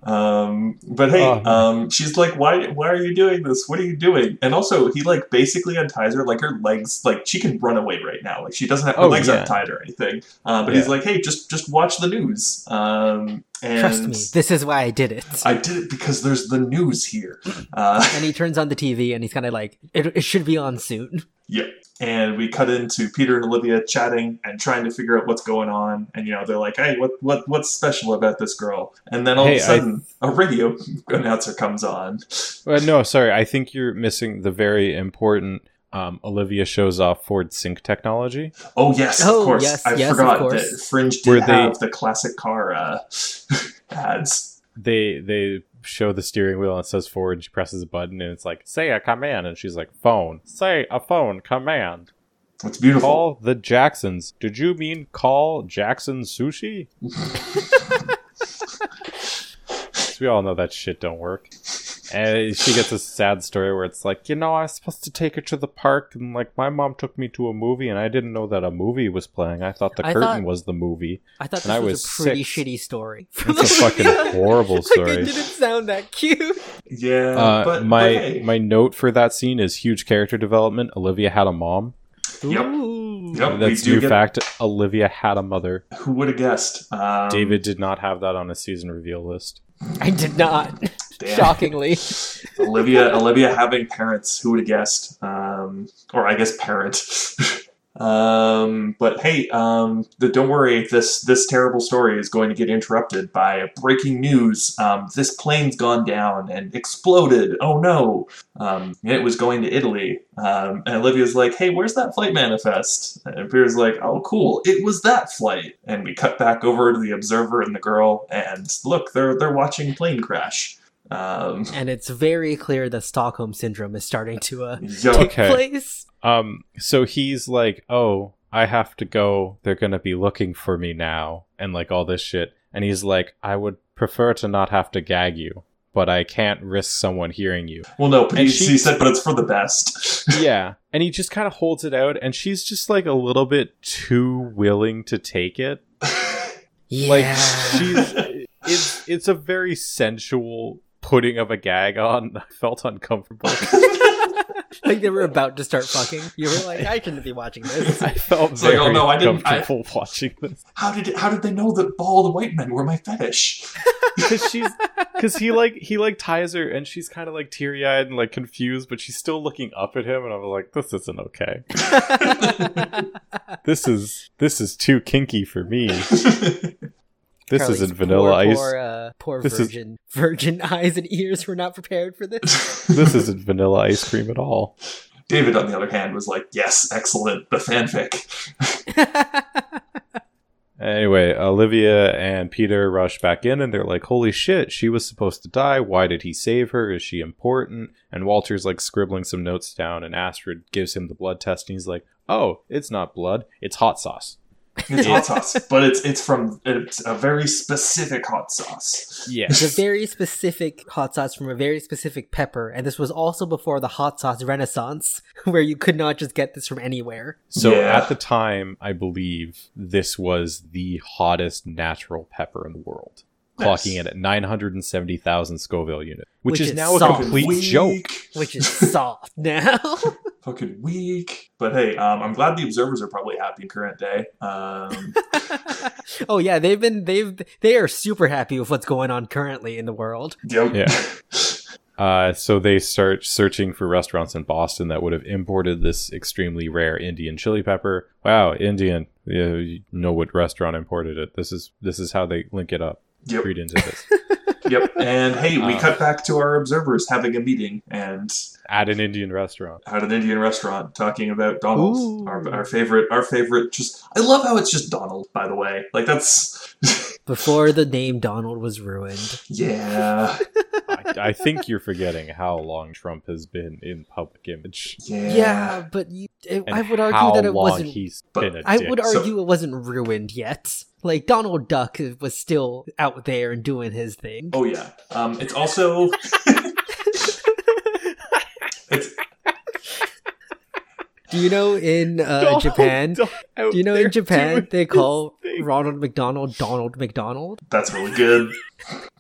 Speaker 3: um but hey
Speaker 1: Oh, man.
Speaker 3: um she's like why why are you doing this what are you doing and also he like basically unties her like her legs like she can run away right now like she doesn't have her
Speaker 1: Oh,
Speaker 3: legs
Speaker 1: yeah.
Speaker 3: untied or anything uh, but he's
Speaker 1: Yeah.
Speaker 3: like hey just just watch the news um and
Speaker 2: Trust me, this is why I did it.
Speaker 3: i did it because there's the news here uh
Speaker 2: and he turns on the TV and he's kind of like, it, it should be on soon.
Speaker 3: and we cut into Peter and Olivia chatting and trying to figure out what's going on. And you know, they're like, "Hey, what what what's special about this girl?" And then all
Speaker 1: Hey,
Speaker 3: of a
Speaker 1: I-
Speaker 3: sudden, a radio announcer comes on.
Speaker 1: Uh, no, sorry. I think you're missing the very important um, Olivia shows off Ford Sync technology.
Speaker 3: Oh yes,
Speaker 2: Oh,
Speaker 3: of course.
Speaker 2: yes,
Speaker 3: I
Speaker 2: yes, of
Speaker 3: forgot
Speaker 2: course.
Speaker 3: that Fringe
Speaker 1: Were
Speaker 3: did
Speaker 1: they-
Speaker 3: have the classic car uh, ads.
Speaker 1: they they show the steering wheel and it says forward and she presses a button and it's like say a command and she's like phone say a phone command
Speaker 3: It's beautiful.
Speaker 1: call the jacksons did you mean call jackson sushi 'Cause we all know that shit don't work and she gets a sad story where it's like you know i was supposed to take her to the park and like my mom took me to a movie and i didn't know that a movie was playing i thought the
Speaker 2: I
Speaker 1: curtain
Speaker 2: thought-
Speaker 1: was the movie
Speaker 2: I thought this
Speaker 1: And I was
Speaker 2: was, a pretty
Speaker 1: six.
Speaker 2: shitty story.
Speaker 1: it's a fucking horrible story
Speaker 2: Like, it didn't sound that cute.
Speaker 3: yeah,
Speaker 1: Uh,
Speaker 3: but
Speaker 1: my
Speaker 3: but hey.
Speaker 1: my note for that scene is huge character development. Olivia had a mom.
Speaker 3: Yep.
Speaker 2: Ooh.
Speaker 3: Yep. we
Speaker 1: That's
Speaker 3: do
Speaker 1: new
Speaker 3: get-
Speaker 1: fact. Olivia had a mother.
Speaker 3: who would have guessed? Um,
Speaker 1: David did not have that on his season reveal list.
Speaker 2: I did not.
Speaker 3: damn.
Speaker 2: Shockingly.
Speaker 3: Olivia, Olivia having parents. Who would have guessed? Um, or I guess parent. um, but hey, um, th- don't worry. This this terrible story is going to get interrupted by breaking news. Um, this plane's gone down and exploded. Oh no! Um, and it was going to Italy. Um, and Olivia's like, "Hey, where's that flight manifest?" And Peter's like, "Oh, cool. It was that flight." And we cut back over to the observer and the girl, and look, they're they're watching plane crash. Um,
Speaker 2: And it's very clear that Stockholm Syndrome is starting to uh,
Speaker 3: yo-
Speaker 2: take
Speaker 1: Okay.
Speaker 2: place.
Speaker 1: Um, so he's like, "Oh, I have to go. They're gonna be looking for me now," and like all this shit. And he's like, "I would prefer to not have to gag you, but I can't risk someone hearing you."
Speaker 3: Well, no, but
Speaker 1: And
Speaker 3: he,
Speaker 1: she-
Speaker 3: he said, but it's for the best.
Speaker 1: yeah, and he just kind of holds it out, and she's just like a little bit too willing to take it.
Speaker 2: Yeah.
Speaker 1: Like she's it's it's a very sensual putting of a gag on. I felt uncomfortable.
Speaker 2: like they were about to start fucking. You were like, I shouldn't be watching this.
Speaker 1: I felt
Speaker 3: It's like,
Speaker 1: very
Speaker 3: oh, no, I didn't- I-
Speaker 1: uncomfortable watching this
Speaker 3: how did how did they know that bald white men were my fetish?
Speaker 1: because she's because he like he like ties her and she's kind of like teary eyed and like confused, but she's still looking up at him, and I was like, this isn't okay. This is this is too kinky for me. This
Speaker 2: Carly's
Speaker 1: isn't vanilla
Speaker 2: poor,
Speaker 1: ice.
Speaker 2: Poor, uh, poor
Speaker 1: This is-
Speaker 2: virgin, virgin eyes and ears were not prepared for this.
Speaker 1: This isn't vanilla ice cream at all.
Speaker 3: David, on the other hand, was like, yes, excellent, the fanfic.
Speaker 1: Anyway, Olivia and Peter rush back in and they're like, holy shit, she was supposed to die. Why did he save her? Is she important? And Walter's like scribbling some notes down, and Astrid gives him the blood test and he's like, oh, it's not blood, it's hot sauce.
Speaker 3: It's hot sauce, but it's it's from it's a very specific hot sauce.
Speaker 1: Yes.
Speaker 2: it's a very specific hot sauce from a very specific pepper, and this was also before the hot sauce renaissance, where you could not just get this from anywhere.
Speaker 1: So
Speaker 3: Yeah.
Speaker 1: at the time, I believe this was the hottest natural pepper in the world,
Speaker 3: Nice.
Speaker 1: clocking in at 970,000 Scoville units, which,
Speaker 2: Which
Speaker 1: is,
Speaker 2: is
Speaker 1: now a
Speaker 2: solid.
Speaker 1: complete
Speaker 3: Weak.
Speaker 1: joke.
Speaker 2: Which is soft now.
Speaker 3: fucking weak. But hey, um, I'm glad the observers are probably happy in current day. Um,
Speaker 2: oh yeah, they've been they've they are super happy with what's going on currently in the world.
Speaker 3: yep.
Speaker 1: Yeah. Uh, so they start searching for restaurants in Boston that would have imported this extremely rare Indian chili pepper. Wow, Indian! Yeah, you know what restaurant imported it? This is this is how they link it up.
Speaker 3: Yep.
Speaker 1: Read into this.
Speaker 3: yep. And hey, we
Speaker 1: Uh.
Speaker 3: cut back to our observers having a meeting and
Speaker 1: At an Indian restaurant.
Speaker 3: at an Indian restaurant talking about Donald,
Speaker 2: Ooh.
Speaker 3: our, our favorite, our favorite. Just I love how it's just Donald. By the way, like that's
Speaker 2: Before the name Donald was ruined.
Speaker 3: yeah,
Speaker 1: I, I think you're forgetting how long Trump has been in public image.
Speaker 3: yeah.
Speaker 2: Yeah, but you, it,
Speaker 1: And
Speaker 2: I would
Speaker 1: how
Speaker 2: argue that it
Speaker 1: long
Speaker 2: wasn't.
Speaker 1: He's
Speaker 3: But
Speaker 1: been a
Speaker 2: I
Speaker 1: dick.
Speaker 2: would
Speaker 3: So-
Speaker 2: argue it wasn't ruined yet. Like Donald Duck was still out there and doing his thing.
Speaker 3: Oh yeah. Um, it's also it's
Speaker 2: Do you know in uh,
Speaker 1: Donald
Speaker 2: Japan?
Speaker 1: Duck out
Speaker 2: Do you know
Speaker 1: there
Speaker 2: in Japan
Speaker 1: doing
Speaker 2: they call
Speaker 1: his thing.
Speaker 2: Ronald McDonald Donald McDonald
Speaker 3: that's really good.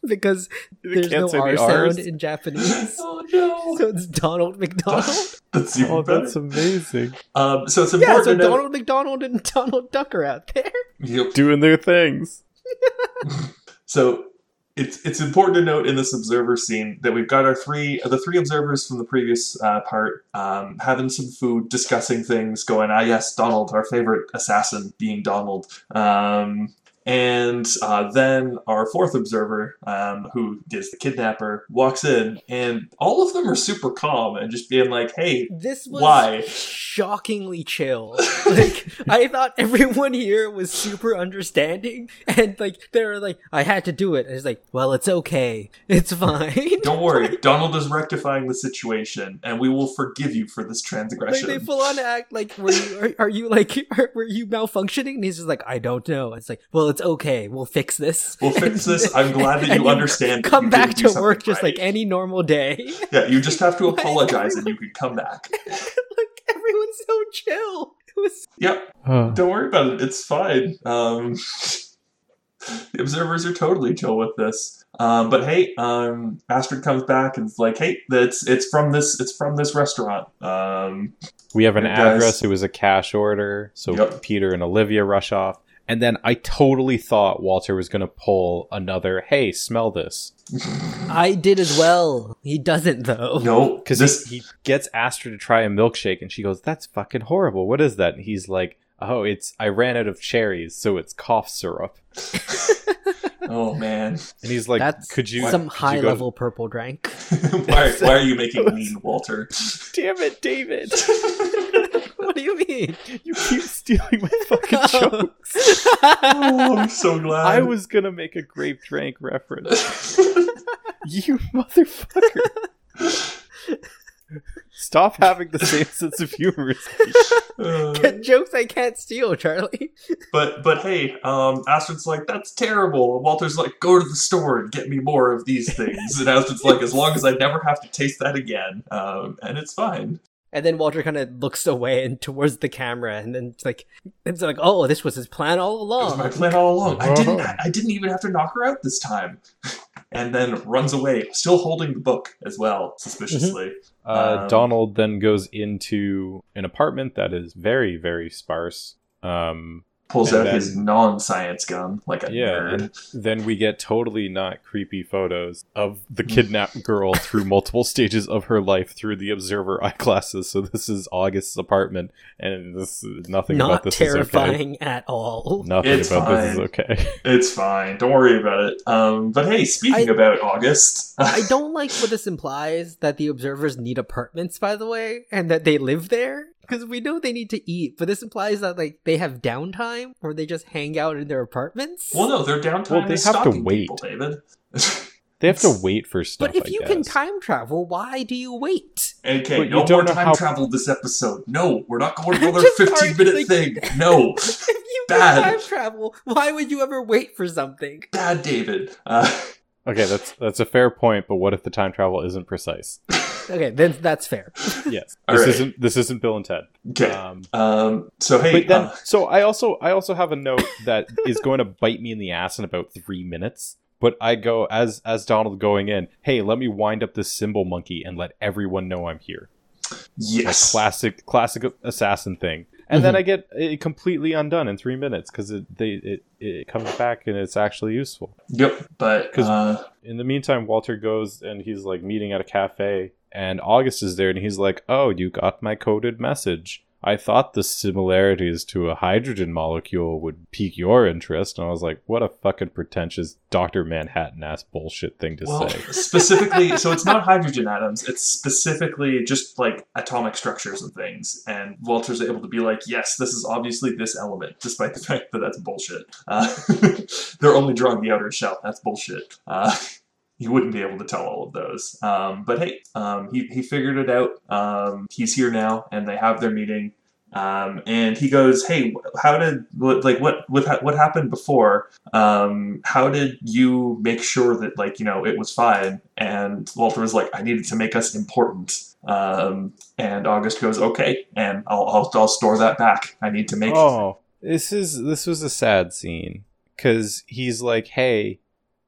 Speaker 2: because
Speaker 1: They
Speaker 2: there's
Speaker 1: can't
Speaker 2: no
Speaker 1: say the
Speaker 2: R
Speaker 1: Rs?
Speaker 2: sound in Japanese, so
Speaker 3: oh no.
Speaker 2: it's Donald McDonald.
Speaker 3: That's even
Speaker 1: Oh,
Speaker 3: better.
Speaker 1: that's amazing!
Speaker 3: Um, so it's
Speaker 2: yeah,
Speaker 3: important
Speaker 2: so
Speaker 3: to note-
Speaker 2: Donald McDonald and Donald Duck are out there.
Speaker 3: Yep.
Speaker 1: Doing their things.
Speaker 3: So it's it's important to note in this observer scene that we've got our three the three observers from the previous uh, part um, having some food, discussing things, going, ah yes, Donald, our favorite assassin, being Donald. Um, and uh, then our fourth observer, um, who is the kidnapper, walks in, and all of them are super calm and just being like, "Hey,
Speaker 2: This was
Speaker 3: Why?
Speaker 2: shockingly chill. Like I thought everyone here was super understanding, and like they were like, "I had to do it." And it's like, "Well, it's okay, it's fine."
Speaker 3: don't worry, Donald is rectifying the situation, and we will forgive you for this
Speaker 2: Like
Speaker 3: transgression."
Speaker 2: they full on act like were you are, are you like are, were you malfunctioning? And he's just like, I don't know. It's like, well, it's okay. We'll fix this.
Speaker 3: We'll fix this. I'm glad that
Speaker 2: And
Speaker 3: you understand. that
Speaker 2: Come
Speaker 3: you
Speaker 2: back
Speaker 3: didn't do
Speaker 2: to work
Speaker 3: something
Speaker 2: just
Speaker 3: right.
Speaker 2: like any normal day.
Speaker 3: Yeah, you just have to
Speaker 2: Why is
Speaker 3: apologize and you can come back.
Speaker 2: like everyone's so chill. It was
Speaker 3: Yep,
Speaker 1: Huh.
Speaker 3: don't worry about it. It's fine. Um, the observers are totally chill with this. Um, but hey, um, Astrid comes back and is like, "Hey, that's it's from this it's from this restaurant." Um,
Speaker 1: We have an
Speaker 3: It does.
Speaker 1: address. It was a cash order. So
Speaker 3: Yep.
Speaker 1: Peter and Olivia rush off. And then I totally thought Walter was going to pull another, hey, smell this.
Speaker 2: I did as well. He doesn't though.
Speaker 3: no,
Speaker 1: Because
Speaker 3: this
Speaker 1: he, he gets Astrid to try a milkshake and she goes, that's fucking horrible. What is that? And he's like, oh, it's, I ran out of cherries, so it's cough syrup.
Speaker 3: oh man,
Speaker 1: And he's like,
Speaker 2: That's
Speaker 1: could you.
Speaker 2: some
Speaker 1: could
Speaker 2: high
Speaker 1: you go to-
Speaker 2: level purple drank.
Speaker 3: why, why are you making mean, Walter?
Speaker 1: Damn it, David.
Speaker 2: what do you mean?
Speaker 1: You keep stealing my fucking
Speaker 2: No.
Speaker 1: jokes.
Speaker 3: oh, I'm so glad.
Speaker 1: I was going to make a grape drank reference. You motherfucker. Stop having the same sense of humor as me.
Speaker 3: Uh,
Speaker 2: Jokes I can't steal, Charlie.
Speaker 3: But but hey, um, Astrid's like, that's terrible. And Walter's like, go to the store and get me more of these things. And Astrid's like, as long as I never have to taste that again, um, and it's fine.
Speaker 2: And then Walter kind of looks away and towards the camera, and then it's like, it's like, oh, this was his plan all
Speaker 3: It was
Speaker 2: along.
Speaker 3: my plan all along. I
Speaker 2: Oh.
Speaker 3: didn't
Speaker 1: Uh-huh.
Speaker 3: I didn't even have to knock her out this time. And then runs away, still holding the book as well, suspiciously.
Speaker 2: Mm-hmm.
Speaker 1: Uh,
Speaker 3: Um,
Speaker 1: Donald then goes into an apartment that is very, very sparse. Um,
Speaker 3: Pulls
Speaker 1: And
Speaker 3: out
Speaker 1: then-
Speaker 3: his non-science gun like a
Speaker 1: Yeah,
Speaker 3: nerd.
Speaker 1: then we get totally not creepy photos of the kidnapped girl through multiple stages of her life through the observer eyeglasses. So this is August's apartment, and this nothing about
Speaker 2: Not
Speaker 1: this is okay.
Speaker 2: terrifying at all.
Speaker 1: Nothing
Speaker 3: It's
Speaker 1: about this is
Speaker 3: fine.
Speaker 1: okay.
Speaker 3: It's fine. Don't worry about it. Um, but hey, speaking
Speaker 2: I-
Speaker 3: about August,
Speaker 2: I don't like what this implies that the observers need apartments, by the way, and that they live there. Because we know they need to eat, but this implies that like they have downtime or they just hang out in their apartments.
Speaker 3: Well, no, their downtime
Speaker 1: Well, they
Speaker 3: is
Speaker 1: have to
Speaker 3: stalking
Speaker 1: wait.
Speaker 3: people, David.
Speaker 1: They have to wait for stuff.
Speaker 2: but if
Speaker 1: I
Speaker 2: you
Speaker 1: guess.
Speaker 2: can time travel, why do you wait?
Speaker 1: But
Speaker 3: AK,
Speaker 1: you
Speaker 3: no
Speaker 1: don't
Speaker 3: more
Speaker 1: know
Speaker 3: time
Speaker 1: how-
Speaker 3: travel this episode. No, we're not going to
Speaker 2: I'm
Speaker 3: another
Speaker 2: just
Speaker 3: 15 minute
Speaker 2: arguing.
Speaker 3: thing. No.
Speaker 2: if you
Speaker 3: Bad.
Speaker 2: can time travel, why would you ever wait for something?
Speaker 3: Bad David. Uh,
Speaker 1: Okay, that's that's a fair point. But what if the time travel isn't precise?
Speaker 2: Okay, then that's fair.
Speaker 1: Yes,
Speaker 3: All
Speaker 1: this
Speaker 3: right.
Speaker 1: isn't this isn't Bill and Ted.
Speaker 3: okay.
Speaker 1: Um,
Speaker 3: Um, so, hey,
Speaker 1: but then,
Speaker 3: uh,
Speaker 1: so I also I also have a note that is going to bite me in the ass in about three minutes. But I go as as Donald going in. Hey, let me wind up this symbol monkey and let everyone know I'm here. Like
Speaker 3: yes.
Speaker 1: classic classic assassin thing. And
Speaker 3: Mm-hmm.
Speaker 1: then I get it completely undone in three minutes because it they it, it comes back and it's actually useful.
Speaker 3: Yep. But,
Speaker 1: 'Cause-
Speaker 3: uh,
Speaker 1: in the meantime, Walter goes and he's like meeting at a cafe, and August is there, and he's like, "Oh, you got my coded message. I thought the similarities to a hydrogen molecule would pique your interest." And I was like, "What a fucking pretentious Doctor Manhattan ass bullshit thing to
Speaker 3: well,
Speaker 1: say."
Speaker 3: specifically, so it's not hydrogen atoms. It's specifically just like atomic structures and things. And Walter's able to be like, yes, this is obviously this element, despite the fact that that's bullshit. Uh, they're only drawing the outer shell. That's bullshit. Uh, you wouldn't be able to tell all of those. Um, but hey, um, he, he figured it out. Um, he's here now, and they have their meeting. Um, and he goes, "Hey, wh- how did what, like what what ha- what happened before? um, how did you make sure that like you know it was fine and walter was like i needed to make us important um, and august goes okay and I'll, I'll, I'll store that back i need to make
Speaker 1: Oh, this is this was a sad scene because he's like, "Hey,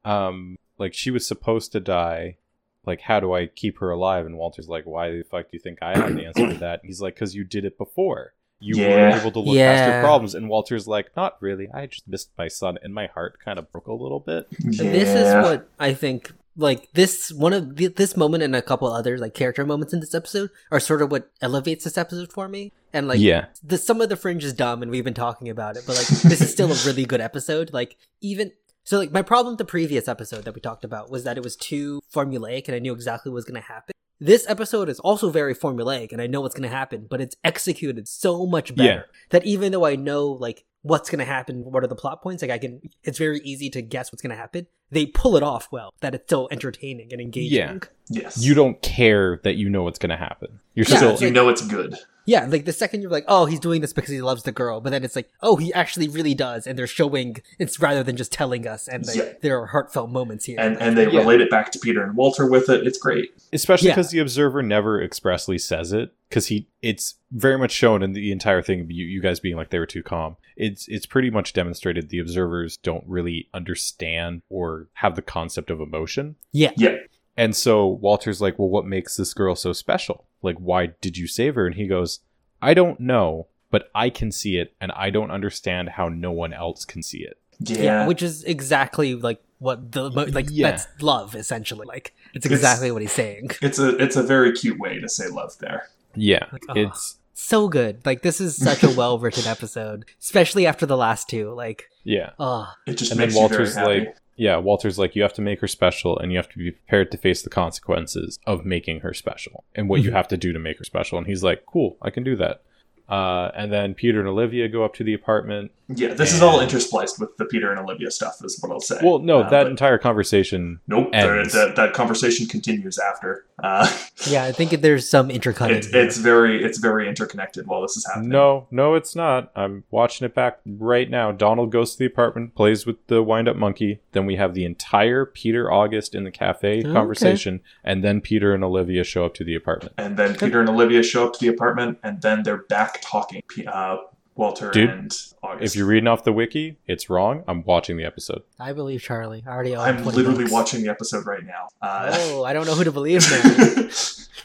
Speaker 1: um, like she was supposed to die. Like, how do I keep her alive?" And Walter's like, "Why the fuck do you think I have the answer to that?" And he's like, "Cause you did it before. You
Speaker 3: Yeah.
Speaker 1: were able to look past your
Speaker 2: Yeah.
Speaker 1: problems." And Walter's like, "Not really. I just missed my son, and my heart kind of broke a little bit."
Speaker 3: yeah.
Speaker 2: This is what I think. Like this, one of th- this moment and a couple other like character moments in this episode are sort of what elevates this episode for me. And like,
Speaker 1: yeah,
Speaker 2: the some of the fringe is dumb and we've been talking about it but like this is still a really good episode like even so like my problem with the previous episode that we talked about was that it was too formulaic and i knew exactly what was going to happen this episode is also very formulaic and i know what's going to happen but it's executed so much better that even though i know like what's going to happen what are the plot points like i can it's very easy to guess what's going to happen they pull it off well that it's still entertaining and engaging
Speaker 1: Yeah.
Speaker 3: yes
Speaker 1: you don't care that you know what's gonna happen. You're
Speaker 2: Yeah,
Speaker 1: still
Speaker 2: it's
Speaker 3: you
Speaker 2: like-
Speaker 3: know it's good
Speaker 2: Yeah, like the second you're like, oh, he's doing this because he loves the girl, but then it's like, oh, he actually really does, and they're showing it's rather than just telling us, and like,
Speaker 3: Yeah.
Speaker 2: there are heartfelt moments here.
Speaker 3: and and they
Speaker 1: Yeah.
Speaker 3: relate it back to peter and walter with it it's great
Speaker 1: especially
Speaker 2: Yeah.
Speaker 1: because the observer never expressly says it because he it's very much shown in the entire thing you, you guys being like they were too calm it's it's pretty much demonstrated the observers don't really understand or have the concept of emotion
Speaker 2: yeah,
Speaker 3: yeah
Speaker 1: and so walter's like well what makes this girl so special like why did you save her and he goes i don't know but i can see it and i don't understand how no one else can see it
Speaker 3: yeah,
Speaker 2: yeah, which is exactly like what the mo- like
Speaker 1: Yeah.
Speaker 2: that's love essentially. Like it's
Speaker 3: It's-
Speaker 2: exactly what he's saying.
Speaker 3: it's a it's a very cute way to say love there
Speaker 1: yeah
Speaker 2: Like, oh.
Speaker 1: it's
Speaker 2: So good. Like this is such a well written episode, especially after the last two. Like,
Speaker 1: yeah
Speaker 2: oh,
Speaker 3: it just
Speaker 1: and then
Speaker 3: makes
Speaker 1: Walter's
Speaker 3: you very happy
Speaker 1: like, yeah, Walter's like, you have to make her special, and you have to be prepared to face the consequences of making her special, and what you
Speaker 2: Mhm.
Speaker 1: have to do to make her special. And he's like, cool, I can do that. Uh, and then Peter and Olivia go up to the apartment.
Speaker 3: yeah this is all
Speaker 1: and-
Speaker 3: interspliced with the peter and olivia stuff is what i'll say
Speaker 1: Well, no,
Speaker 3: Uh,
Speaker 1: that
Speaker 3: but-
Speaker 1: entire conversation.
Speaker 3: Nope, there,
Speaker 1: ends.
Speaker 3: that, that conversation continues after. Uh,
Speaker 2: yeah. I think there's some intercutting.
Speaker 3: it's
Speaker 2: here.
Speaker 3: it's very it's very interconnected while this is happening.
Speaker 1: No, no, it's not. I'm watching it back right now. Donald goes to the apartment, plays with the wind up monkey. Then we have the entire Peter August in the cafe
Speaker 2: Okay.
Speaker 1: conversation, and then Peter and Olivia show up to the apartment.
Speaker 3: and then Peter and Olivia show up to the apartment, and then they're back talking. P- Uh, Walter
Speaker 1: Dude,
Speaker 3: and August.
Speaker 1: If you're reading off the wiki, it's wrong. I'm watching the episode.
Speaker 2: I believe Charlie. I already. own
Speaker 3: I'm
Speaker 2: 20
Speaker 3: literally
Speaker 2: books.
Speaker 3: watching the episode right now. Uh,
Speaker 2: Oh, I don't know who to believe now.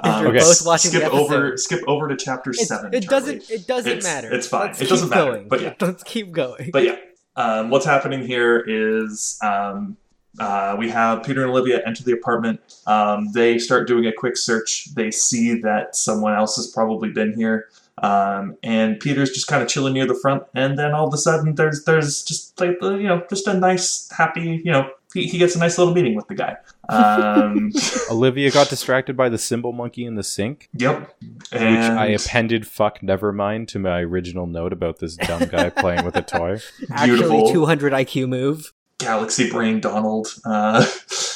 Speaker 3: um,
Speaker 2: you're
Speaker 1: Okay.
Speaker 2: both watching the
Speaker 3: skip over
Speaker 2: episode.
Speaker 3: skip over to chapter
Speaker 2: It's-
Speaker 3: seven.
Speaker 2: It
Speaker 3: Charlie.
Speaker 2: doesn't. It doesn't
Speaker 3: It's-
Speaker 2: matter.
Speaker 3: it's fine.
Speaker 2: Let's
Speaker 3: It doesn't
Speaker 2: keep
Speaker 3: matter,
Speaker 2: Going.
Speaker 3: but yeah.
Speaker 2: let's keep going.
Speaker 3: But yeah, um, what's happening here is um, uh, we have Peter and Olivia enter the apartment. Um, they start doing a quick search. They see that someone else has probably been here, um, and Peter's just kind of chilling uh, near the front. And then all of a sudden, there's there's just like the- you know just a nice happy you know he, he gets a nice little meeting with the guy. Um,
Speaker 1: Olivia got distracted by the symbol monkey in the sink,
Speaker 3: yep.
Speaker 1: which I
Speaker 3: And
Speaker 1: appended fuck nevermind to my original note about this dumb guy playing with a toy.
Speaker 3: beautiful.
Speaker 2: Actually, 200 IQ move.
Speaker 3: Galaxy Brain Donald. Uh,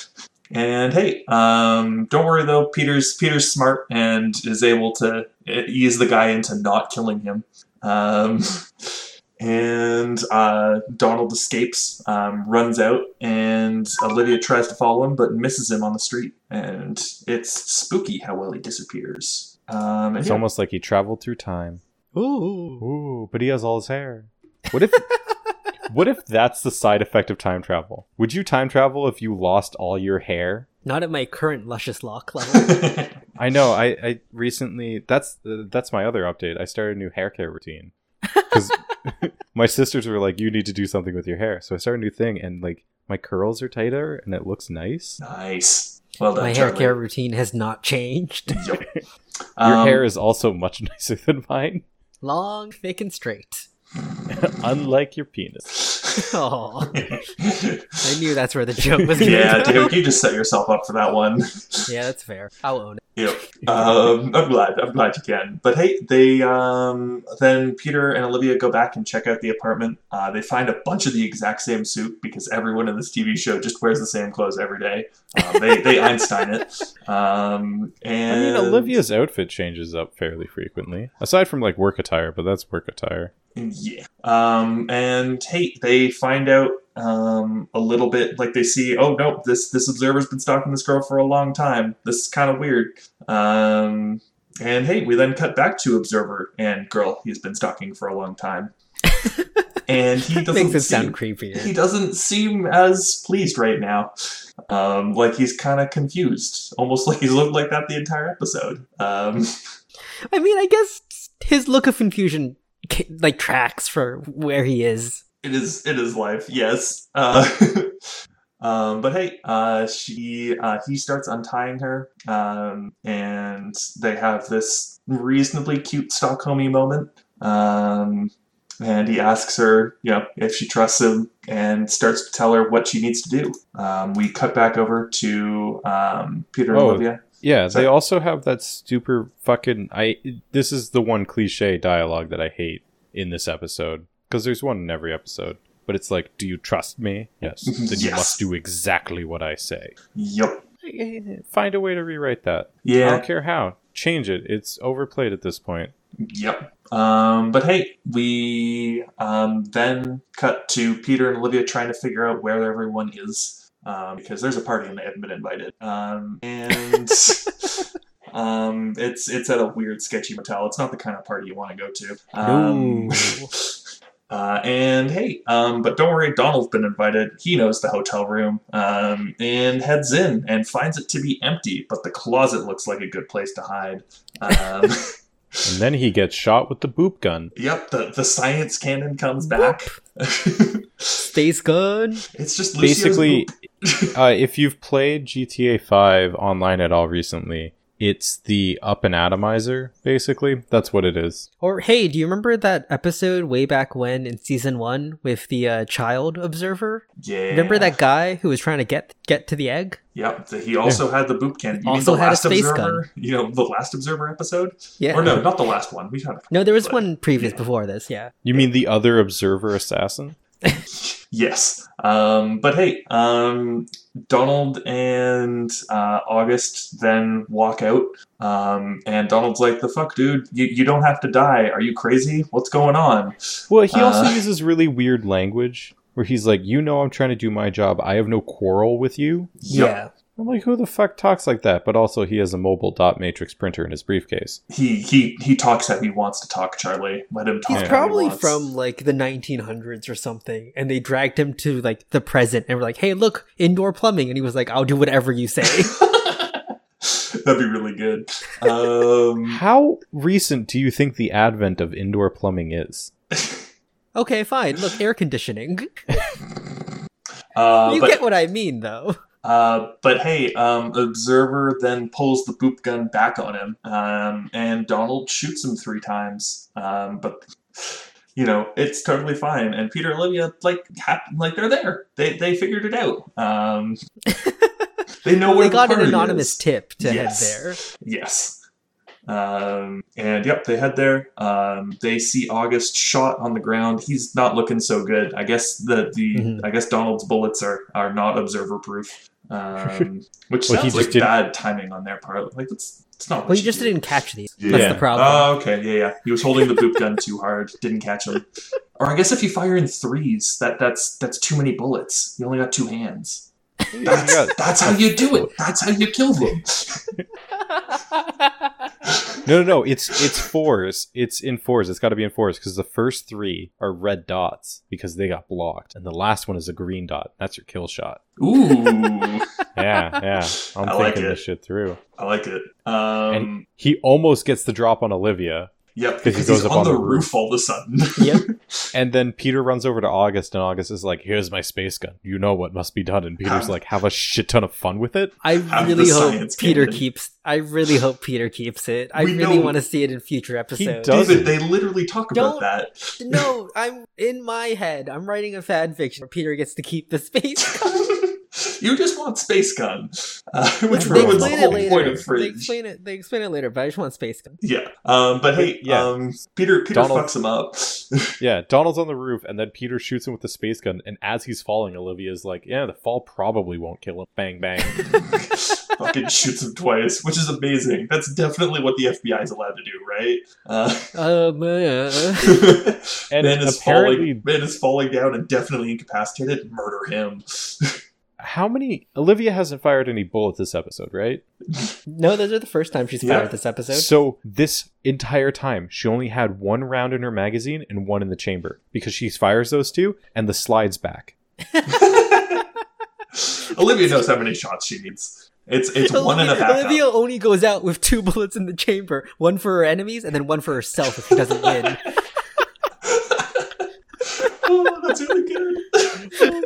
Speaker 3: and hey, um, don't worry though. Peter's Peter's smart and is able to ease the guy into not killing him. Um, and uh, Donald escapes, um, runs out, and Olivia tries to follow him but misses him on the street. And it's spooky how well he disappears. Um, and
Speaker 1: It's
Speaker 3: yeah.
Speaker 1: almost like he traveled through time.
Speaker 2: Ooh.
Speaker 1: Ooh, but he has all his hair. What if What if that's the side effect of time travel? Would you time travel if you lost all your hair?
Speaker 2: Not at my current luscious lock level.
Speaker 1: I know. I, I recently that's that's my other update. I started a new hair care routine because my sisters were like, "You need to do something with your hair." So I started a new thing, and like my curls are tighter, and it looks nice.
Speaker 3: nice. Well done,
Speaker 2: my hair
Speaker 3: Charlie.
Speaker 2: care routine has not changed.
Speaker 3: Yup.
Speaker 1: Your
Speaker 3: Um,
Speaker 1: hair is also much nicer than mine,
Speaker 2: Long, thick, and straight.
Speaker 1: unlike your penis.
Speaker 2: Oh, I knew that's where the joke was going.
Speaker 3: yeah,
Speaker 2: go.
Speaker 3: dude, you just set yourself up for that one.
Speaker 2: Yeah, that's fair. I'll own it.
Speaker 3: Yep. Um, I'm glad. I'm glad you can. But hey, they um, then Peter and Olivia go back and check out the apartment. Uh, they find a bunch of the exact same suit because everyone in this TV show just wears the same clothes every day. Um, they they Einstein it. Um,
Speaker 1: I
Speaker 3: and
Speaker 1: mean, Olivia's outfit changes up fairly frequently, aside from like work attire, but that's work attire.
Speaker 3: Yeah. Um, and hey, they find out um, a little bit like they see, oh no, this this observer's been stalking this girl for a long time. This is kind of weird. Um, and hey, we then cut back to observer and girl he's been stalking for a long time. and he doesn't
Speaker 2: Makes it
Speaker 3: seem,
Speaker 2: sound creepier.
Speaker 3: he doesn't seem as pleased right now. Um, like he's kind of confused, almost like he's looked like that the entire episode. Um,
Speaker 2: I mean, I guess his look of confusion ca- like tracks for where he is.
Speaker 3: It is it is life, yes. Uh, um, but hey, uh, she uh, he starts untying her, um, and they have this reasonably cute Stockholmy moment. Um, and he asks her, you know, if she trusts him, and starts to tell her what she needs to do. Um, we cut back over to um, Peter and
Speaker 1: Oh,
Speaker 3: Olivia.
Speaker 1: Yeah,
Speaker 3: So-
Speaker 1: they also have that stupid fucking. I this is the one cliche dialogue that I hate in this episode because there's one in every episode. But it's like, do you trust me? Yes. Then you
Speaker 3: Yes.
Speaker 1: must do exactly what I say. Eh,
Speaker 3: Yep.
Speaker 1: Find a way to rewrite that. I
Speaker 3: Yeah.
Speaker 1: don't care how. Change it. It's overplayed at this point.
Speaker 3: Yep. Um, but hey, we um, then cut to Peter and Olivia trying to figure out where everyone is um, because there's a party and they haven't been invited. Um, and um, it's it's at a weird, sketchy motel. It's not the kind of party you want to go to. Um,
Speaker 2: No.
Speaker 3: Uh, and hey, um, but don't worry, Donald's been invited. He knows the hotel room um, and heads in and finds it to be empty, but the closet looks like a good place to hide. Um,
Speaker 1: And then he gets shot with the boop gun.
Speaker 3: Yep, the, the science cannon comes back. it's
Speaker 2: Stays good.
Speaker 3: just Lucio's
Speaker 1: Basically,
Speaker 3: boop.
Speaker 1: uh, if you've played GTA 5 online at all recently, it's the up and atomizer. Basically, that's what it is.
Speaker 2: Or hey, do you remember that episode way back when in season one with the uh, child observer?
Speaker 3: yeah.
Speaker 2: Remember that guy who was trying to get get to the egg?
Speaker 3: Yep, the, he also had the boop cannon. You
Speaker 2: Also
Speaker 3: mean the
Speaker 2: had a
Speaker 3: last
Speaker 2: space
Speaker 3: observer? You know, the last observer episode?
Speaker 2: Yeah.
Speaker 3: Or no, not the last one. We had a-
Speaker 2: No, there was
Speaker 3: but-
Speaker 2: one previous
Speaker 3: yeah.
Speaker 2: before this. Yeah.
Speaker 1: You mean the other observer assassin?
Speaker 3: Yes. Um, but hey, um, Donald and uh, August then walk out, um, and Donald's like, "The fuck, dude! You, you don't have to die. Are you crazy? What's going on?"
Speaker 1: Well, he also
Speaker 3: Uh.
Speaker 1: uses really weird language where he's like, "You know, I'm trying to do my job. I have no quarrel with you."
Speaker 3: Yep.
Speaker 2: Yeah.
Speaker 1: I'm like, "Who the fuck talks like that?" But also, he has a mobile dot matrix printer in his briefcase.
Speaker 3: he he he talks how he wants to talk, Charlie. Let him talk.
Speaker 2: He's
Speaker 3: how he
Speaker 2: probably
Speaker 3: wants.
Speaker 2: from like the 1900s or something, and they dragged him to like the present and were like, "Hey, look, indoor plumbing," and he was like, "I'll do whatever you say."
Speaker 3: That'd be really good. Um,
Speaker 1: How recent do you think the advent of indoor plumbing is?
Speaker 2: okay, fine. Look, air conditioning.
Speaker 3: uh,
Speaker 2: you
Speaker 3: but
Speaker 2: get what I mean, though.
Speaker 3: uh, but hey, um, Observer then pulls the boop gun back on him, um, and Donald shoots him three times. Um, but you know, it's totally fine. And Peter and Olivia, like, hap- like they're there. They they figured it out. Um, they know
Speaker 2: Well,
Speaker 3: where
Speaker 2: they got
Speaker 3: the
Speaker 2: an
Speaker 3: party
Speaker 2: anonymous
Speaker 3: is.
Speaker 2: tip to
Speaker 3: Yes.
Speaker 2: head there.
Speaker 3: Yes. Um, and yep, they head there. Um, they see August shot on the ground. He's not looking so good. I guess the the
Speaker 1: Mm-hmm.
Speaker 2: Mhm.
Speaker 3: I guess Donald's bullets are are not observer proof. Um, which
Speaker 1: Well, he
Speaker 3: sounds like
Speaker 1: just didn't-
Speaker 3: bad timing on their part. Like that's it's not. What
Speaker 2: Well, you
Speaker 3: you
Speaker 2: just
Speaker 3: do.
Speaker 2: didn't catch these.
Speaker 1: Yeah.
Speaker 2: That's the problem.
Speaker 3: Oh, okay, yeah, yeah. He was holding the boop gun too hard. Didn't catch him. Or I guess if you fire in threes, that that's that's too many bullets. You only got two hands.
Speaker 1: You
Speaker 3: That's
Speaker 1: got-
Speaker 3: that's how you do it. That's how you kill them. Uh,
Speaker 1: No, no, no. It's it's fours. It's in fours. It's got to be in fours because the first three are red dots because they got blocked, and the last one is a green dot. That's your kill shot.
Speaker 3: Ooh.
Speaker 1: Yeah, yeah. I'm
Speaker 3: I like
Speaker 1: thinking
Speaker 3: it.
Speaker 1: this shit through.
Speaker 3: I like it. Um,
Speaker 1: And- He almost gets the drop on Olivia,
Speaker 3: yep,
Speaker 1: 'cause he
Speaker 3: because
Speaker 1: goes
Speaker 3: he's
Speaker 1: up
Speaker 3: on,
Speaker 1: on
Speaker 3: the
Speaker 1: the
Speaker 3: roof.
Speaker 1: roof.
Speaker 3: all of a sudden.
Speaker 2: yep.
Speaker 1: and then Peter runs over to August, and August is like, "Here's my space gun. You know what must be done." And Peter's
Speaker 3: Have-
Speaker 1: like, "Have a shit ton of fun with it."
Speaker 2: I
Speaker 3: Have the
Speaker 2: really hope
Speaker 3: science
Speaker 2: Peter
Speaker 3: cannon.
Speaker 2: keeps. I really hope Peter keeps it. I
Speaker 3: We
Speaker 2: really
Speaker 3: know-
Speaker 2: want to see it in future episodes.
Speaker 1: does.
Speaker 3: David,
Speaker 1: it?
Speaker 3: they literally talk
Speaker 2: Don't-
Speaker 3: about that.
Speaker 2: No, I'm in my head. I'm writing a fan fiction where Peter gets to keep the space.
Speaker 3: you just want space gun, uh, which
Speaker 1: They
Speaker 3: ruins the
Speaker 1: explain it
Speaker 3: whole
Speaker 1: later.
Speaker 3: point of
Speaker 2: They
Speaker 3: fridge.
Speaker 2: explain it. They explain it later. But I just want space gun.
Speaker 3: yeah, um, but hey,
Speaker 1: Yeah.
Speaker 3: um, Peter Peter
Speaker 1: Donald-
Speaker 3: fucks him up.
Speaker 1: Yeah, Donald's on the roof, and then Peter shoots him with the space gun, and as he's falling, Olivia's like, "Yeah, the fall probably won't kill him." Bang, bang.
Speaker 3: fucking shoots him twice, which is amazing. That's definitely what the FBI is allowed to do, right? Uh,
Speaker 2: Um, uh,
Speaker 1: And
Speaker 3: man is
Speaker 1: apparently,
Speaker 3: falling. Man is falling down and definitely incapacitated. Murder him.
Speaker 1: how many? Olivia hasn't fired any bullets this episode, right?
Speaker 2: no, those are the first time she's
Speaker 3: Yeah.
Speaker 2: fired this episode.
Speaker 1: So this entire time, she only had one round in her magazine and one in the chamber because she fires those two and the slides back.
Speaker 3: Olivia knows how many shots she needs. It's it's one and a half.
Speaker 2: Olivia only goes out with two bullets in the chamber, one for her enemies and then one for herself if she doesn't win.
Speaker 3: oh, that's really good.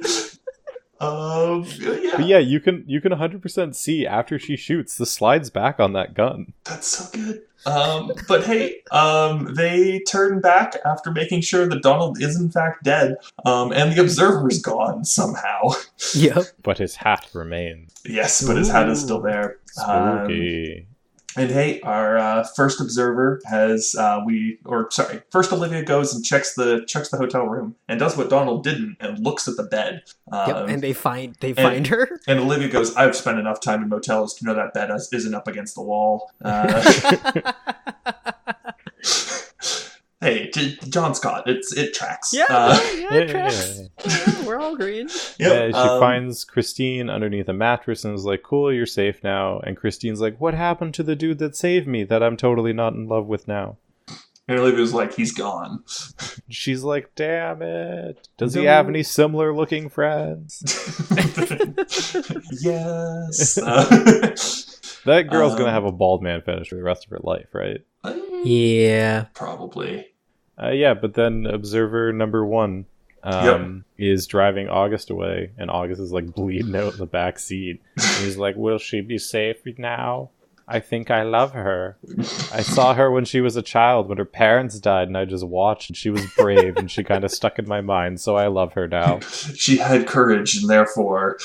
Speaker 3: um, yeah,
Speaker 1: But yeah, you can you can 100% see after she shoots the slides back on that gun.
Speaker 3: that's so good. Um, but hey, um, they turn back after making sure that Donald is in fact dead, um, and the observer is gone somehow.
Speaker 2: yep.
Speaker 1: But his hat remains.
Speaker 3: Yes, but his hat is still there. Um,
Speaker 1: Spooky.
Speaker 3: And hey, our uh, first observer has uh, we or sorry, first Olivia goes and checks the checks the hotel room and does what Donald didn't and looks at the bed. Um,
Speaker 2: Yep. and
Speaker 3: and,
Speaker 2: they find they find her.
Speaker 3: Olivia goes, "I've spent enough time in motels to know that bed is- isn't up against the wall." Uh, hey, J- John Scott, it's it tracks.
Speaker 2: yeah,
Speaker 3: Uh,
Speaker 2: yeah,
Speaker 1: yeah, yeah,
Speaker 2: tracks. Yeah, we're all green.
Speaker 1: Yeah,
Speaker 3: yep,
Speaker 1: she
Speaker 3: um,
Speaker 1: finds Christine underneath a mattress and is like, "Cool, you're safe now." And Christine's like, "What happened to the dude that saved me that I'm totally not in love with now?"
Speaker 3: And Olivia's like, "He's gone."
Speaker 1: She's like, "Damn it! Does he
Speaker 2: No.
Speaker 1: have any similar looking friends?"
Speaker 3: yes. Uh,
Speaker 1: That girl's gonna
Speaker 3: Um,
Speaker 1: have a bald man fetish for the rest of her life, right?
Speaker 2: Yeah.
Speaker 3: Probably.
Speaker 1: Uh, yeah, but then observer number one um, is driving August away, and August is like bleeding out in the back seat. And he's like, "Will she be safe now? I think I love her. I saw her when she was a child, when her parents died, and I just watched. And she was brave, and she kind of stuck in my mind, so I love her now."
Speaker 3: She had courage, and therefore,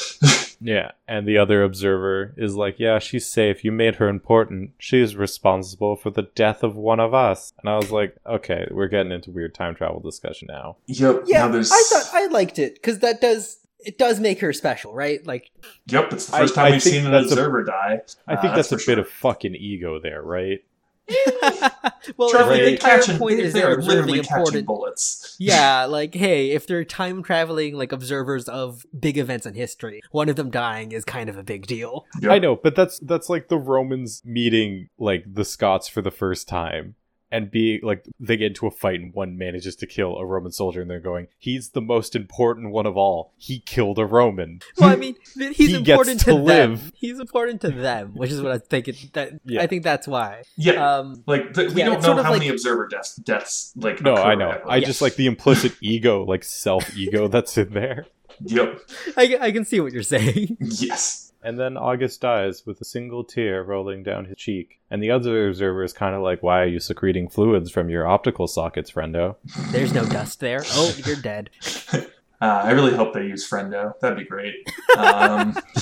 Speaker 1: Yeah, and the other observer is like, "Yeah, she's safe. You made her important. She's responsible for the death of one of us." And I was like, "Okay, we're getting into weird time travel discussion now."
Speaker 3: yep.
Speaker 2: Yeah,
Speaker 3: now there's,
Speaker 2: I thought I liked it because that does it does make her special, right? Like,
Speaker 3: Yep, it's the
Speaker 1: I-
Speaker 3: first
Speaker 1: I
Speaker 3: time we've
Speaker 1: think
Speaker 3: seen an
Speaker 1: that's a-
Speaker 3: observer die.
Speaker 1: I
Speaker 3: Ah,
Speaker 1: think
Speaker 3: that's
Speaker 1: that's, a
Speaker 3: for
Speaker 1: bit
Speaker 3: sure.
Speaker 1: of fucking ego there, right?
Speaker 2: well,
Speaker 1: Right.
Speaker 2: if
Speaker 3: Trevor,
Speaker 2: the
Speaker 3: they
Speaker 2: entire
Speaker 3: catch and-
Speaker 2: point
Speaker 3: they-
Speaker 2: is
Speaker 3: they
Speaker 2: they're
Speaker 3: are
Speaker 2: observing
Speaker 3: literally catching
Speaker 2: important.
Speaker 3: bullets.
Speaker 2: Yeah, like, hey, if they're time traveling, like observers of big events in history, one of them dying is kind of a big deal.
Speaker 3: Yep.
Speaker 1: I know, but that's that's like the Romans meeting like the Scots for the first time and being like they get into a fight and one manages to kill a Roman soldier and they're going, "He's the most important one of all. He killed a Roman."
Speaker 2: Well, I mean, th- he's
Speaker 1: He gets
Speaker 2: important
Speaker 1: to
Speaker 2: to, them.
Speaker 1: live.
Speaker 2: He's important to them, which is what I think. It, that
Speaker 1: Yeah.
Speaker 2: I think that's why.
Speaker 3: Yeah,
Speaker 2: Um,
Speaker 3: like th- we
Speaker 2: yeah,
Speaker 3: don't
Speaker 2: it's sort
Speaker 3: know
Speaker 2: of
Speaker 3: how
Speaker 2: like-
Speaker 3: many observer deaths. Deaths like
Speaker 1: No,
Speaker 3: occur
Speaker 1: I know.
Speaker 3: ever.
Speaker 1: I just like the implicit ego, like self ego that's in there.
Speaker 3: yep.
Speaker 2: I, I can see what you're saying.
Speaker 3: Yes.
Speaker 1: And then August dies with a single tear rolling down his cheek. And the other observer is kind of like, Why are you secreting fluids from your optical sockets, friendo?
Speaker 2: There's no dust there. Oh, you're dead.
Speaker 3: Uh, I really hope they use Friendo. That'd be great. Um,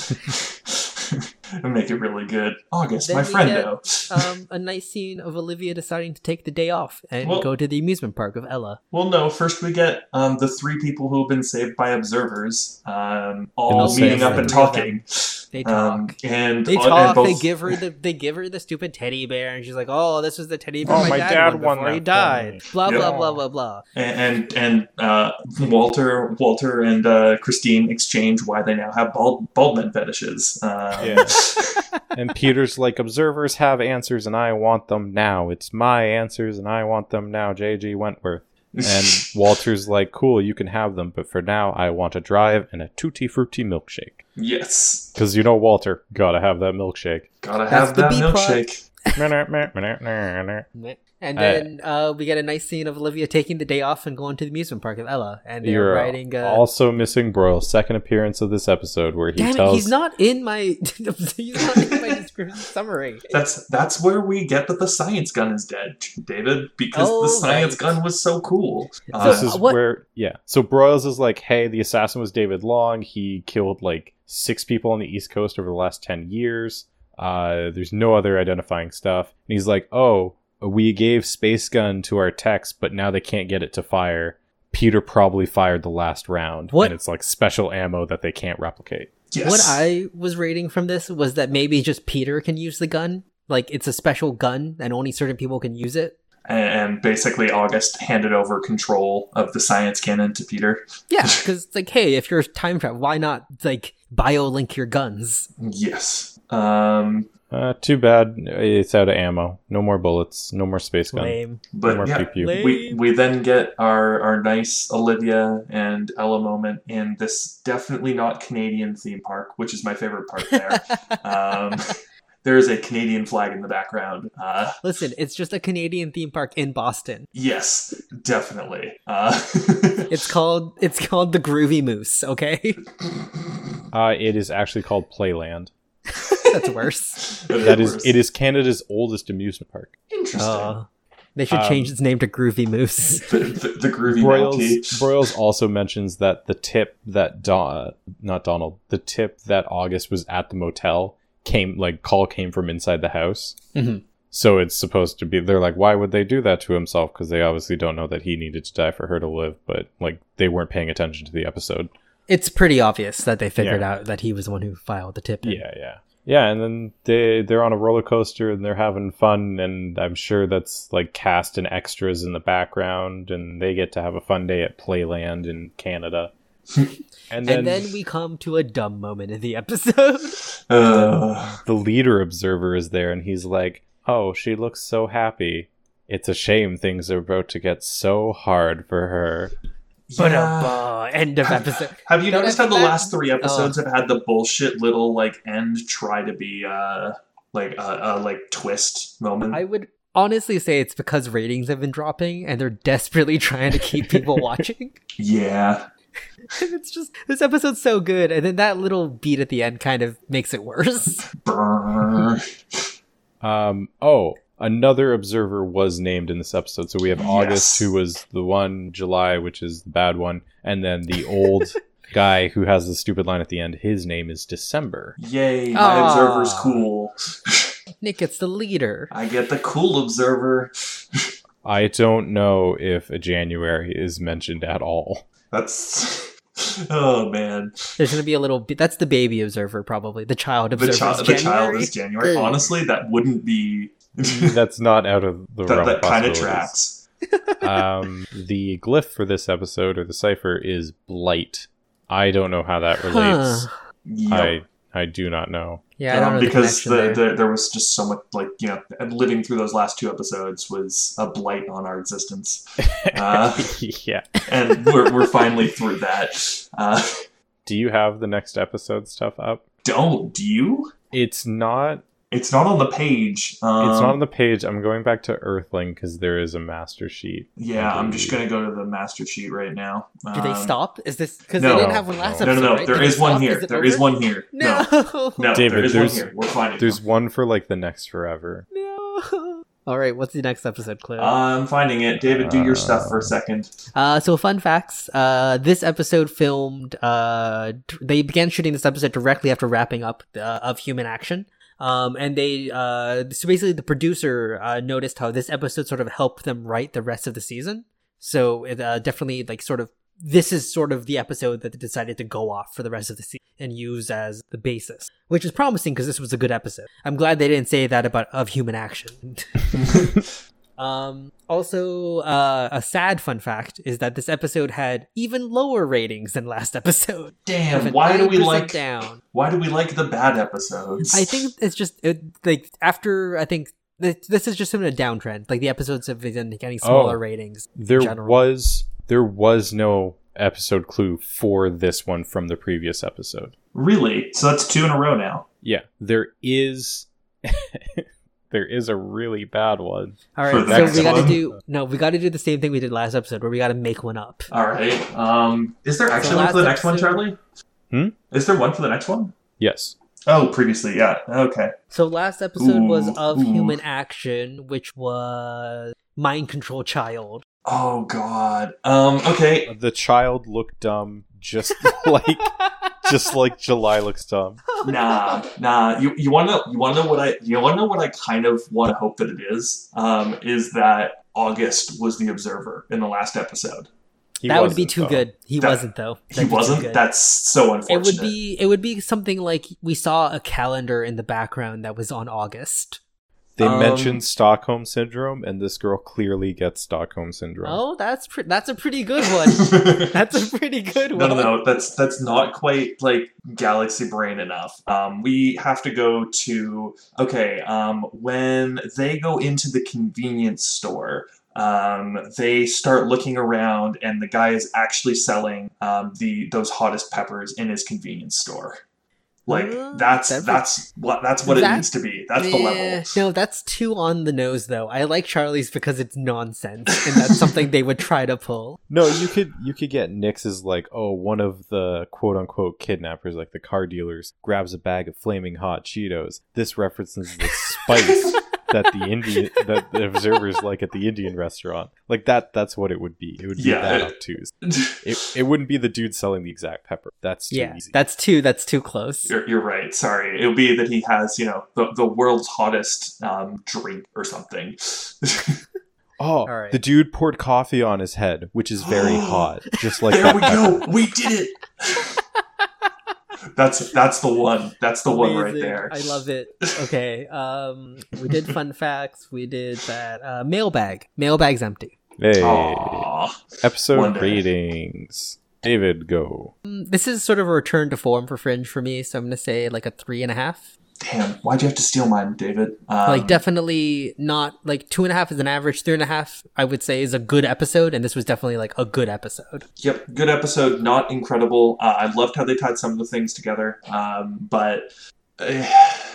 Speaker 3: and make it really good. August,
Speaker 2: Then
Speaker 3: my
Speaker 2: we
Speaker 3: Friendo.
Speaker 2: Um, a nice scene of Olivia deciding to take the day off and
Speaker 3: Well-
Speaker 2: go to the amusement park of Ella.
Speaker 3: Well, no. First, we get um, the three people who have been saved by observers, um, all
Speaker 1: They'll
Speaker 3: meeting
Speaker 1: save
Speaker 3: up and
Speaker 2: three of
Speaker 3: talking.
Speaker 2: They
Speaker 3: Um,
Speaker 2: talk.
Speaker 3: and
Speaker 2: They
Speaker 3: uh,
Speaker 2: talk.
Speaker 3: and both-
Speaker 2: They give her the they give her the stupid teddy bear, and she's like, "Oh, this was the teddy bear
Speaker 1: Oh,
Speaker 2: my,
Speaker 1: my
Speaker 2: dad,
Speaker 1: dad
Speaker 2: won
Speaker 1: won
Speaker 2: before
Speaker 1: that
Speaker 2: he
Speaker 1: for
Speaker 2: died."
Speaker 1: me.
Speaker 2: Blah blah
Speaker 1: Yeah.
Speaker 2: blah blah blah.
Speaker 3: and and uh, Walter, Walter, and uh, Christine exchange why they now have bald bald men fetishes. Um,
Speaker 1: Yeah. and Peter's like, Observers have answers and I want them now. It's my answers and I want them now, J.G. Wentworth. And Walter's like, Cool, you can have them, but for now, I want a drive and a tutti frutti milkshake.
Speaker 3: yes,
Speaker 1: Because you know, Walter, gotta have that milkshake.
Speaker 3: gotta
Speaker 2: That's
Speaker 3: have
Speaker 2: the
Speaker 3: that
Speaker 2: B plot.
Speaker 3: milkshake.
Speaker 2: And
Speaker 1: Uh,
Speaker 2: then uh, we get a nice scene of Olivia taking the day off and going to the amusement park of Ella, and they're
Speaker 1: You're
Speaker 2: riding. Uh,
Speaker 1: also missing Broyle's second appearance of this episode, where he
Speaker 2: damn
Speaker 1: tells
Speaker 2: it, he's not in my he's not in my description summary.
Speaker 3: That's that's where we get that the science gun is dead, David, because
Speaker 2: Oh,
Speaker 3: the science
Speaker 2: right.
Speaker 3: gun was so cool. Uh,
Speaker 1: this is
Speaker 2: what-
Speaker 1: where yeah so broyles is like hey the assassin was david long he killed like six people on the east coast over the last 10 years uh, there's no other identifying stuff and he's like oh we gave space gun to our techs but now they can't get it to fire peter probably fired the last round
Speaker 2: What-
Speaker 1: and it's like special ammo that they can't replicate
Speaker 3: yes.
Speaker 2: What I was rating from this was that maybe just Peter can use the gun. Like it's a special gun, and only certain people can use it.
Speaker 3: and, and basically August handed over control of the science cannon to Peter.
Speaker 2: Yeah, because like, hey, if you're time travel, why not like biolink your guns?
Speaker 3: Yes. Um,
Speaker 1: uh, too bad it's out of ammo no more bullets no more space gun
Speaker 2: Lame.
Speaker 1: no
Speaker 3: but
Speaker 1: more
Speaker 3: yeah,
Speaker 1: pew pew.
Speaker 2: Lame.
Speaker 3: we we then get our our nice Olivia and Ella moment in this definitely not Canadian theme park, which is my favorite part there. um, there is a Canadian flag in the background. Uh,
Speaker 2: Listen, it's just a Canadian theme park in Boston.
Speaker 3: yes, definitely. Uh,
Speaker 2: It's called it's called the Groovy Moose. Okay,
Speaker 1: uh, it is actually called playland
Speaker 2: that's worse.
Speaker 1: that is it is canada's oldest amusement park
Speaker 3: interesting.
Speaker 2: Uh, they should
Speaker 1: Um,
Speaker 2: change its name to Groovy Moose.
Speaker 3: the, the, the groovy
Speaker 1: Broyles,
Speaker 3: melty.
Speaker 1: Broyles also mentions that the tip that Don, not Donald, the tip that August was at the motel came like call came from inside the house.
Speaker 2: Mhm.
Speaker 1: So it's supposed to be. They're like, why would they do that to himself? Because they obviously don't know that he needed to die for her to live. But like, they weren't paying attention to the episode.
Speaker 2: It's pretty obvious that they figured out that he was the one who filed the tip. in.
Speaker 1: Yeah, yeah, yeah. And then they they're on a roller coaster and they're having fun. And I'm sure that's like cast and extras in the background. And they get to have a fun day at Playland in Canada. And then,
Speaker 2: And then we come to a dumb moment in the episode.
Speaker 3: Uh,
Speaker 1: the leader observer is there, and he's like, "Oh, she looks so happy. It's a shame things are about to get so hard for her."
Speaker 2: But uh,
Speaker 3: yeah.
Speaker 2: end of episode.
Speaker 3: Have you
Speaker 2: Don't
Speaker 3: noticed how
Speaker 2: have
Speaker 3: the
Speaker 2: that- Oh.
Speaker 3: last three episodes have had the bullshit little like end try to be uh like uh, uh like twist moment?
Speaker 2: I would honestly say it's because ratings have been dropping and they're desperately trying to keep people watching.
Speaker 3: yeah,
Speaker 2: it's just this episode's so good, and then that little beat at the end kind of makes it worse.
Speaker 3: Brr.
Speaker 1: Um, oh, another observer was named in this episode. So we have August,
Speaker 3: Yes.
Speaker 1: who was the one, July, which is the bad one, and then the old guy who has the stupid line at the end. His name is December.
Speaker 3: yay! My
Speaker 2: Aw.
Speaker 3: observer's cool.
Speaker 2: Nick gets the leader.
Speaker 3: I get the cool observer.
Speaker 1: I don't know if a January is mentioned at all.
Speaker 3: That's oh man.
Speaker 2: There's gonna be a little. Be- that's the baby observer, probably the child
Speaker 3: The,
Speaker 2: observer.
Speaker 3: chi- the child is January.
Speaker 2: Ugh.
Speaker 3: Honestly, that wouldn't be that,
Speaker 1: That's not out of the realm.
Speaker 3: that kind of
Speaker 1: possibilities.
Speaker 3: tracks.
Speaker 1: um, the glyph for this episode or the cipher is blight. I don't know how that relates.
Speaker 3: Yep.
Speaker 1: I I do not know.
Speaker 2: Yeah, I don't
Speaker 3: Um,
Speaker 2: know
Speaker 3: because
Speaker 2: the, connection
Speaker 3: the,
Speaker 2: there.
Speaker 3: there. there was just so much like you know living through those last two episodes was a blight on our existence, uh,
Speaker 1: yeah.
Speaker 3: and we're, we're finally through that. Uh,
Speaker 1: Do you have the next episode stuff up?
Speaker 3: don't do you?
Speaker 1: It's not
Speaker 3: It's not on the page. Um,
Speaker 1: it's not on the page. I'm going back to Earthling because there is a master sheet.
Speaker 3: Yeah,
Speaker 1: I
Speaker 3: I'm just
Speaker 1: believe.
Speaker 3: gonna go to the master sheet right now.
Speaker 2: Do they
Speaker 3: Um,
Speaker 2: stop? Is this because
Speaker 3: no.
Speaker 2: they didn't have one last
Speaker 3: No,
Speaker 2: episode?
Speaker 3: no, no.
Speaker 2: right?
Speaker 3: There
Speaker 2: Did
Speaker 3: is
Speaker 2: they
Speaker 3: one
Speaker 2: stop?
Speaker 3: here.
Speaker 2: Is it
Speaker 3: There is
Speaker 2: over?
Speaker 3: one here. No,
Speaker 2: No.
Speaker 3: no.
Speaker 1: David,
Speaker 3: there is one
Speaker 1: there's-
Speaker 3: here. We're finding.
Speaker 1: There's
Speaker 3: it.
Speaker 1: one for like the next forever.
Speaker 2: No. All right, what's the next episode, Claire?
Speaker 3: I'm finding it. David, do your stuff for a second.
Speaker 2: Uh, so fun facts. Uh, this episode filmed. Uh, d- they began shooting this episode directly after wrapping up uh, of Human Action. Um, and they uh, so basically the producer uh, noticed how this episode sort of helped them write the rest of the season. So it uh, definitely like sort of this is sort of the episode that they decided to go off for the rest of the season and use as the basis, which is promising because this was a good episode. I'm glad they didn't say that about of Human Action. Um, also, uh, a sad fun fact is that this episode had even lower ratings than last episode. With
Speaker 3: Damn,
Speaker 2: a
Speaker 3: why do we
Speaker 2: 9%
Speaker 3: like
Speaker 2: down?
Speaker 3: why do we like the bad episodes?
Speaker 2: I think it's just it, like after I think th- this is just in a downtrend. Like the episodes have been getting smaller
Speaker 1: Oh.
Speaker 2: ratings.
Speaker 1: There
Speaker 2: General.
Speaker 1: was there was no episode clue for this one from the previous episode.
Speaker 3: really. So that's two in a row now.
Speaker 1: Yeah, there is there is a really bad one.
Speaker 2: All
Speaker 3: For
Speaker 2: right,
Speaker 3: the
Speaker 2: so
Speaker 3: next
Speaker 2: we got
Speaker 3: one?
Speaker 2: to do no, we got to do the same thing we did last episode where we got to make one up.
Speaker 3: All right. Um, is there
Speaker 2: So
Speaker 3: actually one for the
Speaker 2: last
Speaker 3: next one, Charlie?
Speaker 2: episode-
Speaker 1: Hmm?
Speaker 3: Is there one for the next one?
Speaker 1: Yes.
Speaker 3: Oh, previously, yeah. Okay.
Speaker 2: So last episode was
Speaker 3: Ooh,
Speaker 2: of
Speaker 3: ooh.
Speaker 2: human action, which was mind control child.
Speaker 3: Oh God. Um. Okay.
Speaker 1: The child looked dumb just like just like July looks dumb.
Speaker 3: Nah. Nah. You you want to you want to know what I you want to know what I kind of want to hope that it is. Um. Is that August was the observer in the last episode?
Speaker 1: He
Speaker 2: that would be
Speaker 1: wasn't
Speaker 2: too
Speaker 1: dumb.
Speaker 2: good. He
Speaker 3: That-
Speaker 2: wasn't though.
Speaker 3: he
Speaker 2: That'd be too
Speaker 3: wasn't.
Speaker 2: good.
Speaker 3: That's so
Speaker 2: It
Speaker 3: unfortunate.
Speaker 2: would be it would be something like we saw a calendar in the background that was on August.
Speaker 1: They
Speaker 3: Um,
Speaker 1: mentioned Stockholm syndrome and this girl clearly gets Stockholm syndrome.
Speaker 2: Oh, that's pre- that's a pretty good one. that's a pretty good
Speaker 3: No,
Speaker 2: one.
Speaker 3: no, no. That's that's not quite like galaxy brain enough. Um, we have to go to okay. Um, when they go into the convenience store, um, they start looking around, and the guy is actually selling um, the those hottest peppers in his convenience store. Like
Speaker 2: Uh,
Speaker 3: that's
Speaker 2: that would-
Speaker 3: that's what that's what it
Speaker 2: That-
Speaker 3: needs to be. That's the
Speaker 2: Eh,
Speaker 3: level.
Speaker 2: No, that's too on the nose though. I like Charlie's because it's nonsense, and that's something they would try to pull.
Speaker 1: No, you could you could get Nix's like, oh, one of the quote unquote kidnappers, like the car dealers, grabs a bag of flaming hot Cheetos. This references the spice that the Indian that the observers like at the Indian restaurant. Like that that's what it would be. It would be
Speaker 3: Yeah,
Speaker 1: that
Speaker 3: it-
Speaker 1: obtuse. It it wouldn't be the dude selling the exact pepper. That's too
Speaker 2: yeah,
Speaker 1: easy.
Speaker 2: that's too that's too close.
Speaker 3: You're, you're right. Sorry. It would be that he has, you know, the, the world's hottest um, drink or something.
Speaker 1: oh,
Speaker 2: All right.
Speaker 1: the dude poured coffee on his head, which is very hot. Just like
Speaker 3: there
Speaker 1: that
Speaker 3: we
Speaker 1: pepper.
Speaker 3: go. We did it. that's that's the one. That's the one right
Speaker 2: Amazing.
Speaker 3: there.
Speaker 2: I love it. Okay, um, we did fun facts. We did that uh, mailbag. Mailbag's empty.
Speaker 1: Hey,
Speaker 3: Aw.
Speaker 1: episode
Speaker 3: One day.
Speaker 1: ratings. David, go.
Speaker 2: Mm, This is sort of a return to form for Fringe for me, so I'm gonna say like a three and a half.
Speaker 3: Damn. Why'd you have to steal mine, David? Um,
Speaker 2: like definitely not like two and a half is an average. Three and a half, I would say, is a good episode, and this was definitely like a good episode.
Speaker 3: Yep. Good episode. Not incredible. Uh, I loved how they tied some of the things together. Um, but eh,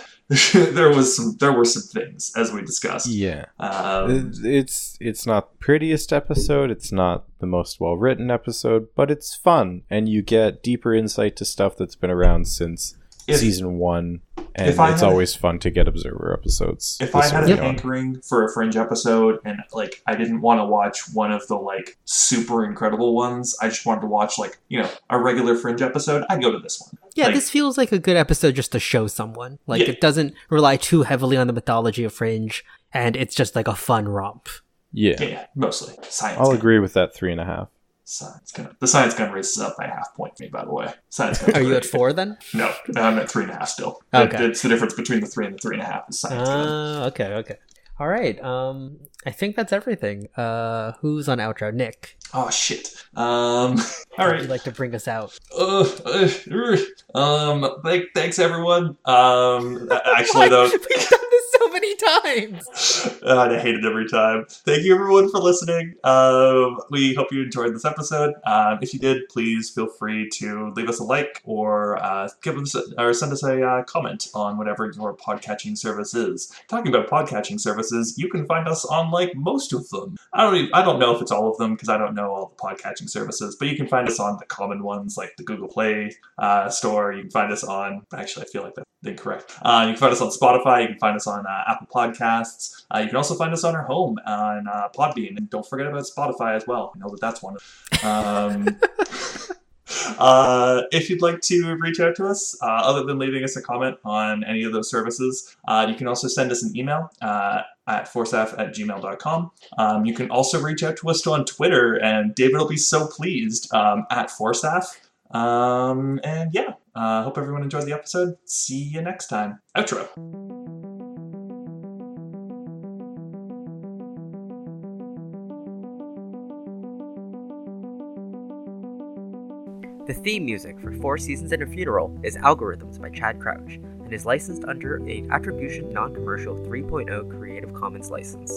Speaker 3: there was some, there were some things as we discussed.
Speaker 1: Yeah.
Speaker 3: Um,
Speaker 1: It- it's it's not the prettiest episode it's not the most well written episode but it's fun and you get deeper insight to stuff that's been around since
Speaker 3: if-
Speaker 1: season one and
Speaker 3: if I
Speaker 1: it's
Speaker 3: had-
Speaker 1: always fun to get observer episodes
Speaker 3: If I
Speaker 1: this
Speaker 3: had
Speaker 1: early
Speaker 3: an
Speaker 1: on.
Speaker 3: anchoring for a fringe episode and like I didn't want to watch one of the like super incredible ones, I just wanted to watch like, you know, a regular fringe episode, I'd go to this one.
Speaker 2: Yeah,
Speaker 3: Like-
Speaker 2: this feels like a good episode just to show someone. Like
Speaker 3: Yeah.
Speaker 2: it doesn't rely too heavily on the mythology of Fringe, and it's just like a fun romp.
Speaker 1: yeah
Speaker 3: Yeah, yeah, mostly. Science
Speaker 1: i'll
Speaker 3: gun.
Speaker 1: agree with that three and a half
Speaker 3: Science gun. The science gun raises up by a half point for me, by the way. Science gun.
Speaker 2: Are Oh, you at four then?
Speaker 3: No, no, I'm at three and a half still.
Speaker 2: Okay.
Speaker 3: That- That's the difference between the three and the three and a half is science gun.
Speaker 2: Uh, okay, okay. All right. Um, I think that's everything. Uh, who's on outro? Nick.
Speaker 3: Oh shit. Um all
Speaker 2: Would
Speaker 3: right.
Speaker 2: you like to bring us out?
Speaker 3: Uh, uh, uh, um thank, thanks everyone. Um actually though
Speaker 2: We've done this so many many times.
Speaker 3: God, I hate it every time. Thank you, everyone, for listening. Um, we hope you enjoyed this episode. Um, if you did, please feel free to leave us a like or uh, give us or send us a uh, comment on whatever your podcatching service is. Talking about podcatching services, you can find us on like most of them. I don't even, I don't know if it's all of them because I don't know all the podcatching services, but you can find us on the common ones like the Google Play uh, Store. You can find us on actually, I feel like that's incorrect. Uh, you can find us on Spotify. You can find us on uh, Apple Podcasts. Uh, you can also find us on our home on uh, Podbean, and don't forget about Spotify as well. I know that that's one. of- Um, Uh, if you'd like to reach out to us, uh, other than leaving us a comment on any of those services, uh, you can also send us an email uh, at forsaf at gmail.com. Um, you can also reach out to us on Twitter, and David will be so pleased um, at forsaf. Um, and yeah, uh, hope everyone enjoyed the episode. See you next time. Outro.
Speaker 4: The theme music for Four Seasons and a Funeral is Algorithms by Chad Crouch and is licensed under a Attribution Non Commercial 3.0 Creative oh Commons license.